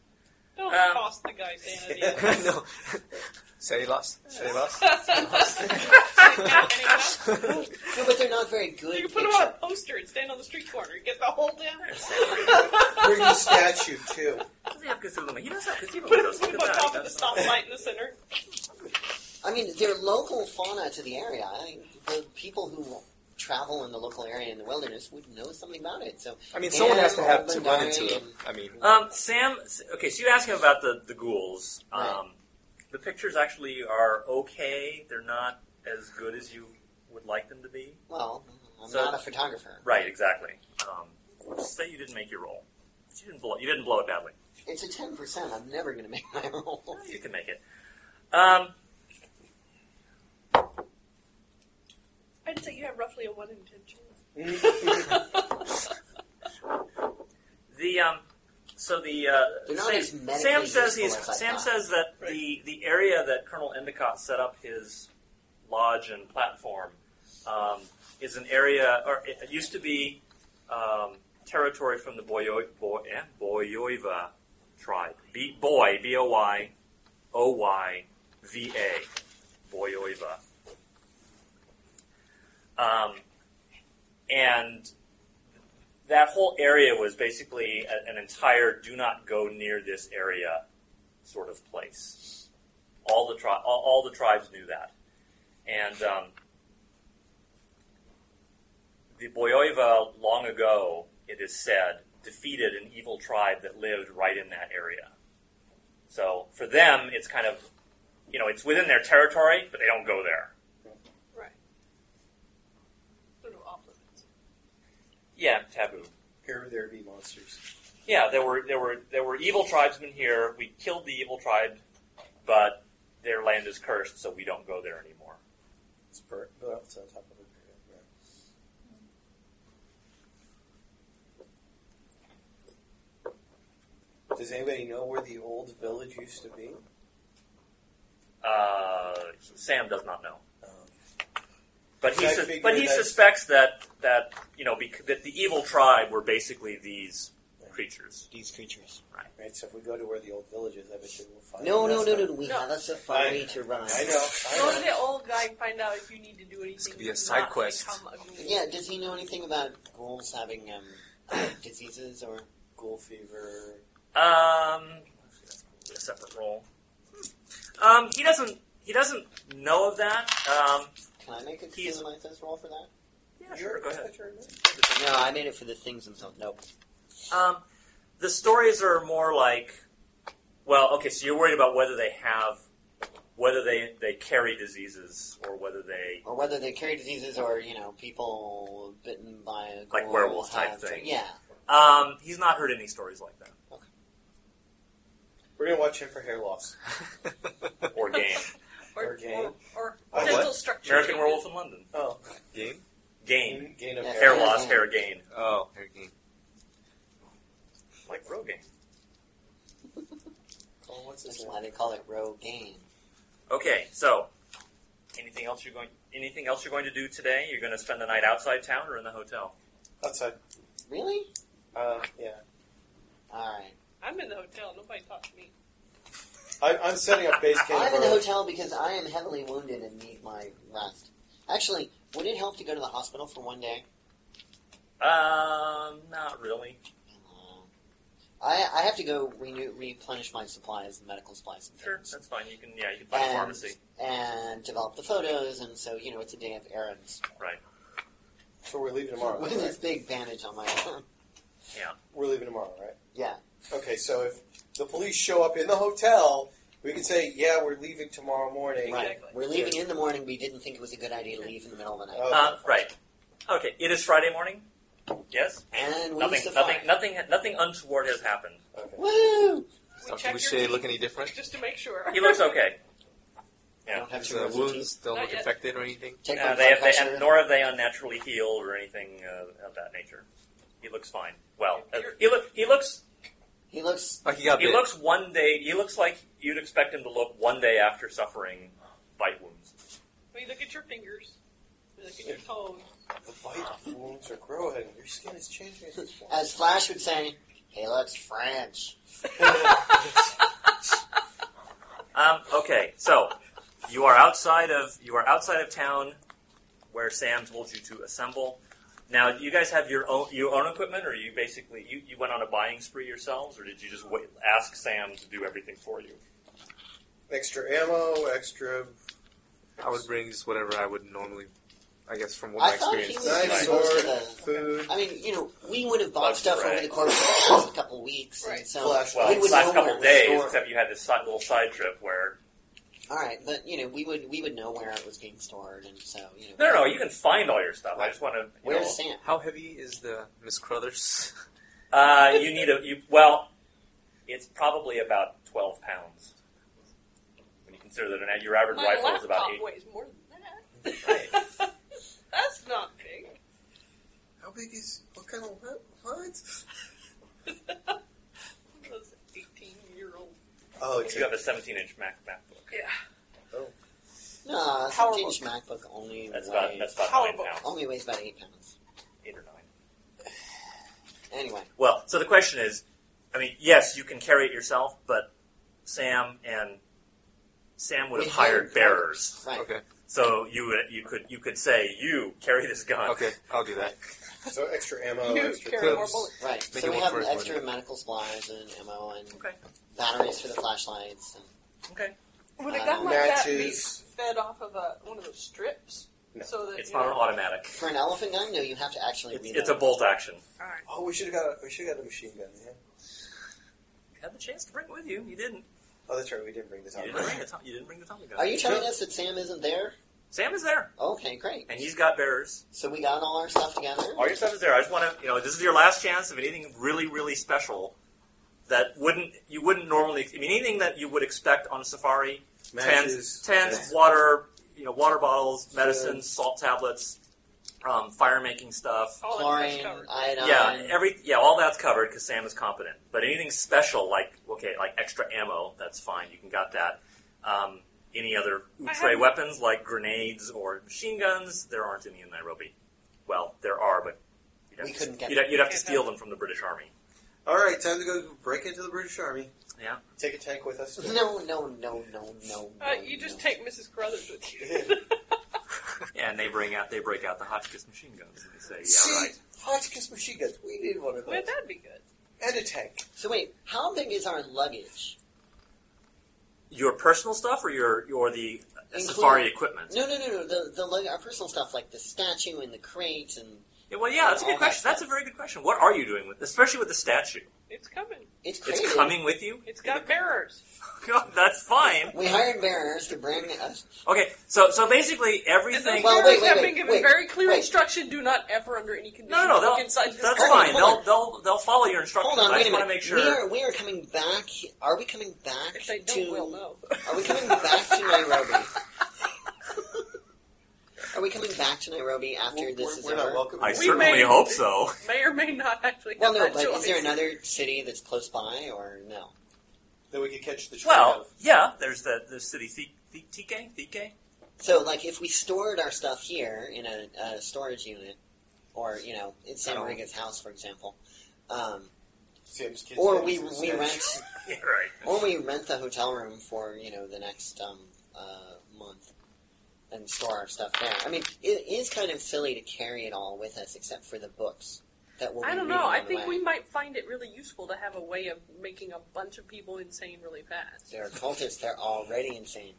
Speaker 6: Don't
Speaker 2: Um,
Speaker 6: cost the
Speaker 3: (laughs)
Speaker 6: guy sanity.
Speaker 5: (laughs)
Speaker 6: (laughs)
Speaker 5: no. (laughs) Save us. Save us. (laughs)
Speaker 6: Anyone else?
Speaker 3: No, but they're not very good.
Speaker 6: you can put him
Speaker 3: picture-
Speaker 6: on a poster and stand on the street corner and get the whole (laughs)
Speaker 7: Bring
Speaker 6: damn.
Speaker 7: the statue too.
Speaker 2: Does he have Cthulhu? He does have Cthulhu.
Speaker 6: Put him,
Speaker 2: mythos.
Speaker 6: put him
Speaker 2: Look
Speaker 6: on
Speaker 2: at
Speaker 6: top
Speaker 2: that.
Speaker 6: of the stoplight in the center.
Speaker 3: I mean, they're local fauna to the area. I think the people who travel in the local area in the wilderness would know something about it. So
Speaker 5: I mean, someone has to have to
Speaker 3: Old
Speaker 5: run
Speaker 3: Bandari
Speaker 5: into them.
Speaker 3: and-
Speaker 5: I mean,
Speaker 2: Um, Sam, okay, so you ask him about the, the ghouls. Um,
Speaker 3: Right.
Speaker 2: The pictures actually are okay. They're not as good as you would like them to be.
Speaker 3: well, I'm
Speaker 2: So-
Speaker 3: not a photographer.
Speaker 2: Right, exactly. Um, say you didn't make your roll. You didn't blow, you didn't blow it badly.
Speaker 3: It's a ten percent. I'm never going to make my roll.
Speaker 2: You can make it. Um,
Speaker 6: I'd say you have roughly a 1 in 10 chance.
Speaker 3: (laughs)
Speaker 2: The um, so the uh,
Speaker 3: They're not as
Speaker 2: Sam,
Speaker 3: medically
Speaker 2: Sam says
Speaker 3: useful
Speaker 2: he's
Speaker 3: as I
Speaker 2: Sam
Speaker 3: thought.
Speaker 2: says that the the area that Colonel Endicott set up his lodge and platform um, is an area, or it, it used to be um, territory from the Boyo, Boy, eh, Boyoiva tribe. B, boy, B O Y O Y V A, Boyoiva. Um, and that whole area was basically a, an entire do not go near this area sort of place. All the tri- all, all the tribes knew that, and um, the Boyoiva long ago, it is said, defeated an evil tribe that lived right in that area. So for them, it's kind of you know it's within their territory, but they don't go there.
Speaker 6: Right. Sort of off limits.
Speaker 2: Yeah, taboo.
Speaker 7: Here there be monsters.
Speaker 2: Yeah, there were there were there were evil tribesmen here. We killed the evil tribe, but their land is cursed, so we don't go there anymore.
Speaker 7: It's per- but it's on top of the pyramid. yeah. Does anybody know where the old village used to be?
Speaker 2: Uh, Sam does not know,
Speaker 7: Um,
Speaker 2: but he
Speaker 7: I
Speaker 2: sus-
Speaker 7: figure
Speaker 2: but he
Speaker 7: that-
Speaker 2: suspects that that you know bec- that the evil tribe were basically these creatures.
Speaker 3: These creatures.
Speaker 7: Right, so if we go to where the old village is, I bet you we'll find
Speaker 3: No,
Speaker 7: it.
Speaker 3: no, no, no. We
Speaker 6: No.
Speaker 3: have a safari
Speaker 7: I-
Speaker 3: to run.
Speaker 7: I
Speaker 3: (laughs)
Speaker 6: Go
Speaker 7: know,
Speaker 6: to
Speaker 7: I know.
Speaker 6: the old guy and find out if you need to do anything.
Speaker 5: could be a
Speaker 6: to
Speaker 5: side
Speaker 6: not
Speaker 5: quest.
Speaker 6: become a ghoul.
Speaker 3: Yeah, does he know anything about ghouls having um, (coughs) diseases or?
Speaker 7: Ghoul fever.
Speaker 2: Um, that's probably a separate role. Um, he doesn't he doesn't know of that. Um,
Speaker 3: Can I make a
Speaker 2: He's-
Speaker 3: Cthulhu Mythos roll for that?
Speaker 2: yeah, sure, go ahead.
Speaker 3: No, I made it for the things themselves. Nope.
Speaker 2: Um, the stories are more like, well, okay, so you're worried about whether they have, whether they, they carry diseases or whether they.
Speaker 3: Or whether they carry diseases or, you know, people bitten by a
Speaker 2: Like
Speaker 3: ghoul
Speaker 2: werewolf type
Speaker 3: have-
Speaker 2: thing.
Speaker 3: Yeah.
Speaker 2: Um, he's not heard any stories like that
Speaker 7: We're going to watch him for hair loss.
Speaker 5: (laughs)
Speaker 2: (laughs) or game.
Speaker 7: Or
Speaker 6: Or,
Speaker 7: game.
Speaker 6: or, or
Speaker 7: Or
Speaker 6: dental
Speaker 5: what?
Speaker 6: structure.
Speaker 2: American Werewolf in London.
Speaker 7: Oh.
Speaker 5: game.
Speaker 2: Game.
Speaker 7: Gain of
Speaker 3: Yeah.
Speaker 2: Hair loss, hair gain.
Speaker 5: Oh, hair game.
Speaker 2: Like Rogaine.
Speaker 7: Oh, what's his
Speaker 3: That's
Speaker 7: name?
Speaker 3: why they call it Rogaine.
Speaker 2: Okay, so anything else you're going anything else you're going to do today? You're going to spend the night outside town or in the hotel?
Speaker 7: Outside.
Speaker 3: Really?
Speaker 7: Uh, yeah.
Speaker 3: Alright.
Speaker 6: I'm in the hotel. Nobody talked to me.
Speaker 7: I, I'm setting up base camp.
Speaker 3: I'm in the
Speaker 7: early.
Speaker 3: hotel because I am heavily wounded and need my rest. Actually, would it help to go to the hospital for one day?
Speaker 2: Um, not really.
Speaker 3: Uh, I, I have to go renew, replenish my supplies, medical supplies, and
Speaker 2: Sure,
Speaker 3: things,
Speaker 2: that's fine. You can, yeah, you can find a
Speaker 3: And-
Speaker 2: pharmacy.
Speaker 3: and develop the photos. And so, you know, it's a day of errands
Speaker 7: So we're leaving tomorrow.
Speaker 3: (laughs) with this
Speaker 7: Right?
Speaker 3: big bandage on my arm.
Speaker 7: We're leaving tomorrow, right?
Speaker 3: Yeah,
Speaker 7: Okay, so if the police show up in the hotel, we can say, "Yeah, we're leaving tomorrow morning."
Speaker 3: right.
Speaker 6: Exactly.
Speaker 3: We're leaving in the morning. We didn't think it was a good idea to leave in the middle of the night,
Speaker 7: Okay.
Speaker 2: Uh, right. Okay, it is Friday morning. Yes?
Speaker 3: and we
Speaker 2: Nothing,
Speaker 3: used to
Speaker 2: nothing,
Speaker 3: fire.
Speaker 2: nothing, nothing untoward has happened.
Speaker 7: Okay.
Speaker 3: Woo!
Speaker 5: Dr.
Speaker 6: check your
Speaker 5: Boucher
Speaker 6: teeth
Speaker 5: look any different?
Speaker 6: Just to make sure.
Speaker 2: He looks okay.
Speaker 3: I don't have
Speaker 5: Is
Speaker 3: two
Speaker 5: the
Speaker 3: rows of
Speaker 5: wounds still
Speaker 6: Not
Speaker 5: look
Speaker 6: yet.
Speaker 5: infected or anything?
Speaker 3: teeth. Check
Speaker 2: Uh,
Speaker 3: my
Speaker 2: they have,
Speaker 3: blood
Speaker 2: they,
Speaker 3: pressure.
Speaker 2: and nor have they unnaturally healed or anything uh, of that nature. He looks fine. Well, uh,
Speaker 6: You're-
Speaker 2: he look he looks
Speaker 3: he looks.
Speaker 5: Like he got
Speaker 2: he
Speaker 5: bit.
Speaker 2: looks one day. He looks like you'd expect him to look one day after suffering bite wounds.
Speaker 6: (laughs) We look at your fingers. We look at your toes.
Speaker 7: The bite wounds are growing. Your skin is changing at this point.
Speaker 3: As Flash would say, he looks French.
Speaker 2: Um, okay, so you are outside of you are outside of town where Sam told you to assemble. Now, do you guys have your own your own equipment, or you basically you, you went on a buying spree yourselves, or did you just wait, ask Sam to do everything for you?
Speaker 7: Extra ammo, extra
Speaker 5: I would bring just whatever I would normally, I guess, from what
Speaker 3: I
Speaker 5: my
Speaker 3: thought he was
Speaker 5: experience. is
Speaker 3: doing
Speaker 7: knife,
Speaker 5: like.
Speaker 3: most
Speaker 7: sword,
Speaker 3: of the-
Speaker 7: food.
Speaker 3: I mean, you know, we would have bought
Speaker 2: Bugs
Speaker 3: stuff over
Speaker 2: Ray.
Speaker 3: the course of the last couple weeks. and
Speaker 6: Right.
Speaker 3: So
Speaker 7: Flash
Speaker 2: Well,
Speaker 3: we
Speaker 2: it's
Speaker 3: would
Speaker 2: the last
Speaker 3: know
Speaker 2: couple
Speaker 3: where
Speaker 2: of
Speaker 3: it was
Speaker 2: days,
Speaker 3: stored.
Speaker 2: except you had this side, little side trip where
Speaker 3: All right, but you know, we would we would know where it was being stored, and so you know.
Speaker 2: no, no, no, you can find all your stuff. I just want to. You
Speaker 3: Where's
Speaker 2: know,
Speaker 3: Sam?
Speaker 5: How heavy is the Miss Crothers? (laughs)
Speaker 2: Uh, you need a you, well. It's probably about twelve pounds when you consider that an, your average
Speaker 6: My
Speaker 2: rifle
Speaker 6: laptop
Speaker 2: is about eight.
Speaker 6: weighs more than that. (laughs) That's not big. (laughs)
Speaker 7: How big is what kind of what? what?
Speaker 6: Those 18 year old.
Speaker 7: Oh,
Speaker 2: You have a seventeen-inch Mac MacBook.
Speaker 6: Yeah.
Speaker 3: No, a
Speaker 6: Power
Speaker 3: 17-inch MacBook only
Speaker 2: That's about
Speaker 3: weighs,
Speaker 2: that's about
Speaker 6: How
Speaker 2: nine
Speaker 6: about-
Speaker 2: pounds,
Speaker 3: only weighs about eight pounds.
Speaker 2: eight or nine.
Speaker 3: Anyway,
Speaker 2: Well, so the question is, I mean, yes, you can carry it yourself, but Sam and Sam would
Speaker 3: We
Speaker 2: have hired
Speaker 3: hired
Speaker 2: bearers,
Speaker 3: right?
Speaker 5: Okay,
Speaker 2: so you would you could you could say you carry this gun.
Speaker 5: okay, I'll do that.
Speaker 7: so extra ammo,
Speaker 6: you
Speaker 7: Oh, extra
Speaker 6: carry more
Speaker 5: clips.
Speaker 6: bullets.
Speaker 3: Right.
Speaker 5: Make
Speaker 3: so
Speaker 5: it
Speaker 3: we
Speaker 5: work
Speaker 3: have
Speaker 5: for us,
Speaker 3: extra medical supplies and ammo and
Speaker 2: Okay.
Speaker 3: batteries for the flashlights. And,
Speaker 2: Okay.
Speaker 6: Would a
Speaker 3: Uh,
Speaker 6: gun like that be
Speaker 7: matches.
Speaker 6: fed off of a, one of those strips?
Speaker 7: No.
Speaker 6: So that
Speaker 2: It's
Speaker 6: you
Speaker 2: not an
Speaker 6: know-
Speaker 2: automatic.
Speaker 3: for an elephant gun, no, you have to actually
Speaker 2: It's,
Speaker 3: reload.
Speaker 2: it's a bolt action.
Speaker 6: Alright.
Speaker 7: Oh, we should have got a, we should have got a machine gun. Yeah.
Speaker 2: You had the chance to bring it with you. You didn't.
Speaker 7: Oh, that's right. We didn't bring this
Speaker 2: You
Speaker 7: out.
Speaker 2: didn't bring the, Tom- you didn't bring the Tommy gun.
Speaker 3: Are you telling us that Sam isn't there?
Speaker 2: Sam is there,
Speaker 3: Okay, great.
Speaker 2: and he's got bearers.
Speaker 3: So we got all our stuff together.
Speaker 2: All your stuff is there. I just want to, you know, this is your last chance of anything really, really special that wouldn't you wouldn't normally. I mean, anything that you would expect on a safari, tents,
Speaker 7: Matches.
Speaker 2: tents, water, you know, water bottles, medicine, salt tablets, um, fire making stuff.
Speaker 6: All that
Speaker 3: Chlorine,
Speaker 6: stuff's covered.
Speaker 3: iodine.
Speaker 2: Yeah, every yeah, all that's covered because Sam is competent. But anything special, like okay, like extra ammo, that's fine. You can got that. Um, any other
Speaker 6: I
Speaker 2: outre
Speaker 6: have-
Speaker 2: weapons like grenades or machine guns? There aren't any in Nairobi. Well, there are, but you'd have,
Speaker 3: We
Speaker 2: to,
Speaker 3: couldn't get
Speaker 2: you'd, have- you'd have to
Speaker 6: Can't
Speaker 2: steal
Speaker 6: have-
Speaker 2: them from the British Army.
Speaker 7: All right, time to go break into the British Army.
Speaker 2: Yeah.
Speaker 7: Take a tank with us.
Speaker 3: No, no, no, no, no.
Speaker 6: Uh,
Speaker 3: no,
Speaker 6: you just
Speaker 3: no.
Speaker 6: take Mrs. Carruthers with you. (laughs)
Speaker 2: Yeah, and they bring out they break out the Hotchkiss machine guns and they say,
Speaker 7: See,
Speaker 2: yeah, right.
Speaker 7: Hotchkiss machine guns. We need one of those
Speaker 6: Wouldn't that be good?
Speaker 7: and a tank.
Speaker 3: So wait, how big is our luggage?
Speaker 2: Your personal stuff or your your the
Speaker 3: Including-
Speaker 2: safari equipment?
Speaker 3: No, no, no, no. The the lug- our personal stuff like the statue and the crate and
Speaker 2: Yeah, well, yeah, that's a
Speaker 3: All
Speaker 2: good
Speaker 3: that
Speaker 2: question.
Speaker 3: stuff.
Speaker 2: That's a very good question. What are you doing with, especially with the statue?
Speaker 6: It's coming.
Speaker 3: it's crazy.
Speaker 2: It's coming with you. (laughs)
Speaker 6: It's got bearers.
Speaker 2: God, that's fine.
Speaker 3: We hired bearers to bring us.
Speaker 2: Okay, so so basically
Speaker 6: And
Speaker 2: everything.
Speaker 6: those
Speaker 3: Well, wait,
Speaker 6: bearers
Speaker 3: wait,
Speaker 6: have
Speaker 3: wait,
Speaker 6: been given
Speaker 3: wait,
Speaker 6: very clear
Speaker 3: wait.
Speaker 6: instruction: do not ever, under any conditions,
Speaker 2: no, no,
Speaker 6: look
Speaker 2: they'll,
Speaker 6: inside this
Speaker 2: that's
Speaker 3: Hold
Speaker 6: car.
Speaker 3: on,
Speaker 2: fine.
Speaker 3: hold on.
Speaker 2: They'll they'll they'll follow your instructions.
Speaker 3: Hold on,
Speaker 2: I
Speaker 3: wait a
Speaker 2: just want
Speaker 3: minute.
Speaker 2: to make
Speaker 3: We
Speaker 2: sure.
Speaker 3: are we are coming back. Are we coming back
Speaker 6: If they
Speaker 3: to?
Speaker 6: don't, we'll know. (laughs)
Speaker 3: Are we coming back to Nairobi? Are we coming back to Nairobi after
Speaker 7: We're,
Speaker 3: this
Speaker 7: we're-
Speaker 3: is
Speaker 7: we're
Speaker 3: over?
Speaker 7: not welcome.
Speaker 2: I
Speaker 6: We
Speaker 2: certainly
Speaker 6: may-
Speaker 3: (laughs)
Speaker 2: hope so.
Speaker 6: May or may not actually.
Speaker 3: Well, no,
Speaker 6: have
Speaker 3: but
Speaker 6: that
Speaker 3: is there
Speaker 6: choice.
Speaker 3: another city that's close by, or no?
Speaker 7: Then we could catch the train.
Speaker 2: Well,
Speaker 7: of-
Speaker 2: yeah. There's the the city Thi- Thi- Tike Tike.
Speaker 3: So, like, if we stored our stuff here in a, a storage unit, or you know, in Sam
Speaker 2: Oh.
Speaker 3: Riga's house, for example, um,
Speaker 7: Sam's kids
Speaker 3: or
Speaker 7: names
Speaker 3: we
Speaker 7: and
Speaker 3: we rent
Speaker 7: such.
Speaker 2: (laughs) Yeah, right.
Speaker 3: or we rent the hotel room for you know the next um, uh, month and store our stuff there. I mean, it is kind of silly to carry it all with us, except for the books. that will.
Speaker 6: I
Speaker 3: be
Speaker 6: don't
Speaker 3: reading
Speaker 6: know. I
Speaker 3: on the
Speaker 6: think
Speaker 3: way.
Speaker 6: we might find it really useful to have a way of making a bunch of people insane really fast.
Speaker 3: They're cultists. They're already insane.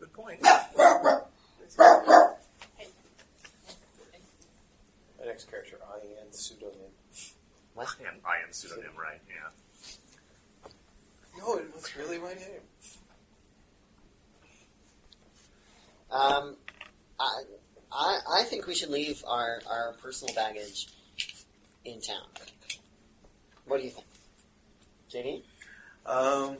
Speaker 2: Good point.
Speaker 7: My next character, Ian pseudonym.
Speaker 3: What?
Speaker 2: I am, I am pseudonym, right? Yeah.
Speaker 7: No, it was really my name.
Speaker 3: Um, I, I, I think we should leave our, our personal baggage in town. What do you think, JD?
Speaker 7: Um,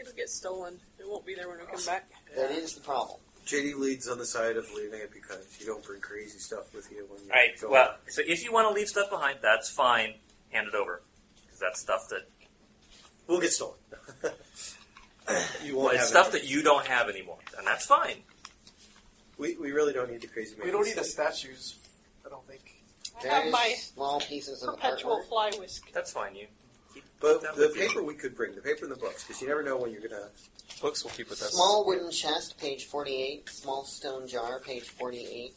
Speaker 6: It'll get stolen. It won't be there when we come back.
Speaker 3: That is the problem.
Speaker 7: JD leads on the side of leaving it because you don't bring crazy stuff with you when you
Speaker 2: All right.
Speaker 7: go.
Speaker 2: Well, so if you want to leave stuff behind, that's fine. Hand it over because that's stuff that
Speaker 7: we'll get
Speaker 2: (laughs)
Speaker 7: stolen. you won't
Speaker 2: well, it's
Speaker 7: have
Speaker 2: stuff
Speaker 7: any-
Speaker 2: that you don't have anymore, and that's fine.
Speaker 7: we, we really don't need the crazy.
Speaker 8: We don't
Speaker 7: maybes.
Speaker 8: need the statues. I don't think.
Speaker 6: I have
Speaker 3: There's
Speaker 6: my
Speaker 3: small pieces of
Speaker 6: perpetual
Speaker 3: artwork.
Speaker 6: fly whisk.
Speaker 2: That's fine. You. keep
Speaker 7: But
Speaker 2: that
Speaker 7: the
Speaker 2: with you.
Speaker 7: paper we could bring, the paper and the books, because you never know when you're gonna.
Speaker 5: Books we'll keep with us.
Speaker 3: Small wooden chest, page 48. Small stone jar, page 48.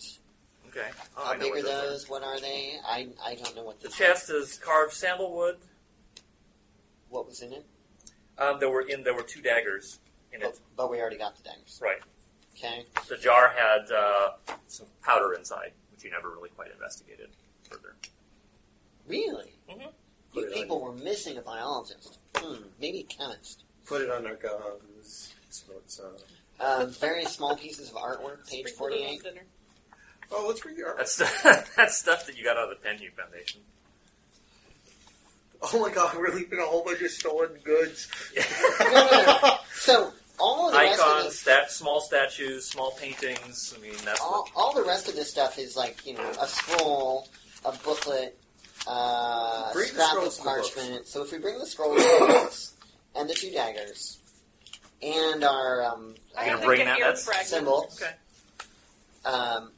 Speaker 2: Okay. Oh, I
Speaker 3: How
Speaker 2: know
Speaker 3: big
Speaker 2: what
Speaker 3: are
Speaker 2: those are.
Speaker 3: those? What are they? I, I don't know what
Speaker 2: The
Speaker 3: this
Speaker 2: chest is carved sandalwood.
Speaker 3: What was in it?
Speaker 2: Um, there were in there were two daggers in
Speaker 3: But,
Speaker 2: it.
Speaker 3: but we already got the daggers.
Speaker 2: Right.
Speaker 3: Okay.
Speaker 2: The jar had uh, some powder inside, which you never really quite investigated further.
Speaker 3: Really?
Speaker 2: Mhm.
Speaker 3: You
Speaker 7: Put it on
Speaker 3: people were missing a biologist. Hmm, maybe a chemist.
Speaker 7: Put it on our guns. Smoke some.
Speaker 3: Um, very small pieces of artwork, page
Speaker 6: Sprinkled it on
Speaker 3: 48.
Speaker 6: Dinner.
Speaker 7: Oh, let's read the art.
Speaker 2: That's (laughs) that's stuff that you got out of the Penhu Foundation.
Speaker 7: Oh my god, we're leaving a whole bunch of stolen
Speaker 3: (laughs)
Speaker 7: goods.
Speaker 3: No, no, no. So all of the rest of
Speaker 2: Icons,
Speaker 3: this,
Speaker 2: stat, small statues, small paintings. I mean, that's
Speaker 3: all,
Speaker 2: what,
Speaker 3: all the rest of this stuff is like you know a scroll, a booklet, uh, a
Speaker 7: Bring the
Speaker 3: scrap of
Speaker 7: scrolls to the books.
Speaker 3: parchment. So if we bring the scrolls and the books and the two daggers and our um,
Speaker 6: I
Speaker 2: You're
Speaker 3: uh,
Speaker 6: have
Speaker 2: gonna bring
Speaker 6: to
Speaker 2: that-
Speaker 6: get ear
Speaker 2: that's-
Speaker 6: fragments.
Speaker 3: symbol,
Speaker 2: okay.
Speaker 3: um,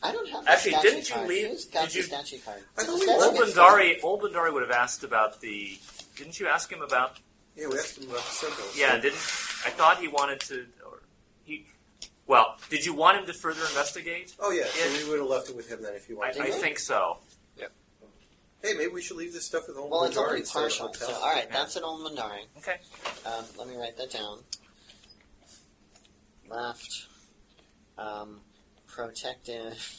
Speaker 3: I don't have. The
Speaker 2: Actually,
Speaker 3: statue
Speaker 2: didn't you
Speaker 3: card.
Speaker 2: leave-
Speaker 3: Who's got
Speaker 2: did you-
Speaker 3: the statue card?
Speaker 7: I
Speaker 3: Did the
Speaker 7: thought we
Speaker 3: statue
Speaker 2: Old
Speaker 3: get stolen?
Speaker 2: Bandari, Old Bandari would have asked about the. Didn't you ask him about?
Speaker 7: Yeah, we asked him about the symbols.
Speaker 2: Yeah, didn't I thought he wanted to? Or he, well, did you want him to further investigate?
Speaker 7: Oh yeah, so
Speaker 2: Yeah.
Speaker 7: we would have left it with him then if you
Speaker 2: I,
Speaker 7: wanted.
Speaker 2: I think so.
Speaker 7: hey, maybe we should leave this stuff at home.
Speaker 3: Well, it's
Speaker 7: with
Speaker 3: only
Speaker 7: Ari instead of
Speaker 3: partial.
Speaker 7: Oh, hotel.
Speaker 3: So, all right, that's an old Mandari.
Speaker 2: Okay.
Speaker 3: Um, let me write that down. Left. Um, protective.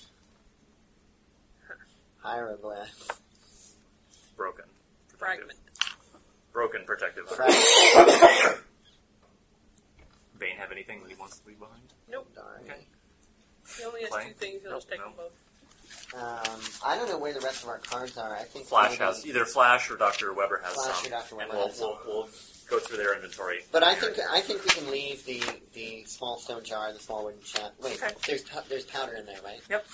Speaker 3: (laughs) Hieroglyph.
Speaker 2: Broken.
Speaker 6: Fragment.
Speaker 2: Broken protective.
Speaker 3: Right.
Speaker 2: Bane have anything that he wants to leave behind? Okay.
Speaker 6: He only has
Speaker 2: Play?
Speaker 6: two things. He'll
Speaker 2: Nope,
Speaker 6: just take
Speaker 2: no.
Speaker 6: them both.
Speaker 3: Um, I don't know where the rest of our cards are. I think
Speaker 2: Flash
Speaker 3: maybe
Speaker 2: has either Flash or Doctor Weber has
Speaker 3: Flash
Speaker 2: some,
Speaker 3: or Dr.
Speaker 2: and
Speaker 3: Weber
Speaker 2: we'll,
Speaker 3: has
Speaker 2: we'll,
Speaker 3: some.
Speaker 2: we'll go through their inventory.
Speaker 3: But I think I think we can leave the, the small stone jar, the small wooden chest. Wait,
Speaker 2: Okay.
Speaker 3: there's pow- there's powder in there, right?
Speaker 2: Yep.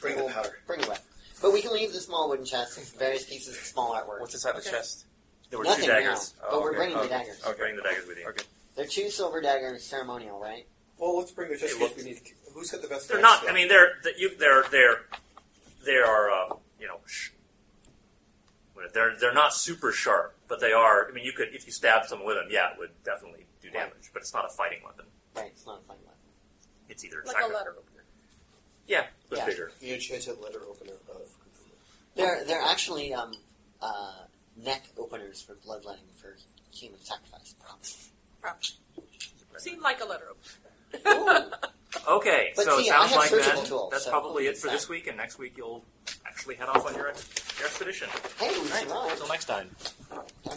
Speaker 7: Bring
Speaker 3: We'll
Speaker 7: the powder.
Speaker 3: Bring it away. But we can leave the small wooden chest, various pieces of small artwork.
Speaker 5: What's inside
Speaker 2: Okay.
Speaker 5: the chest?
Speaker 2: There were
Speaker 3: Nothing
Speaker 2: two daggers.
Speaker 3: now, but
Speaker 5: Oh,
Speaker 3: we're
Speaker 5: okay.
Speaker 3: bringing the
Speaker 5: Okay.
Speaker 3: daggers.
Speaker 5: Okay.
Speaker 2: Bring the daggers with you.
Speaker 5: Okay.
Speaker 3: They're two silver daggers, ceremonial, right?
Speaker 7: Well, let's bring the just
Speaker 2: Hey,
Speaker 7: because
Speaker 2: look.
Speaker 7: we need. to- Who's got the best?
Speaker 2: They're
Speaker 7: dice
Speaker 2: not.
Speaker 7: skill?
Speaker 2: I mean, they're that you. They're they're they are. Uh, you know, sh- what- they're they're not super sharp, but they are. I mean, you could if you stab someone with them, yeah, it would definitely do
Speaker 3: Right.
Speaker 2: damage. But it's not a fighting weapon.
Speaker 3: Right, it's not a fine weapon.
Speaker 2: It's either
Speaker 6: Like a
Speaker 2: sacri-
Speaker 6: letter opener.
Speaker 2: Yeah, but
Speaker 3: Yeah.
Speaker 2: bigger.
Speaker 7: You had a chance to letter opener. Uh,
Speaker 3: They're they're actually um, uh, neck openers for bloodletting for human
Speaker 2: (laughs)
Speaker 3: sacrifice.
Speaker 6: Seemed like a letter opener.
Speaker 3: Ooh,
Speaker 2: Okay,
Speaker 3: But
Speaker 2: so
Speaker 3: see,
Speaker 2: it
Speaker 3: I
Speaker 2: sounds
Speaker 3: have
Speaker 2: like
Speaker 3: surgical
Speaker 2: that,
Speaker 3: tools,
Speaker 2: that's
Speaker 3: so
Speaker 2: probably it for
Speaker 3: it's
Speaker 2: this week, and next week you'll actually head off on your, ex- your expedition.
Speaker 3: hey, we survived.
Speaker 5: Until next time.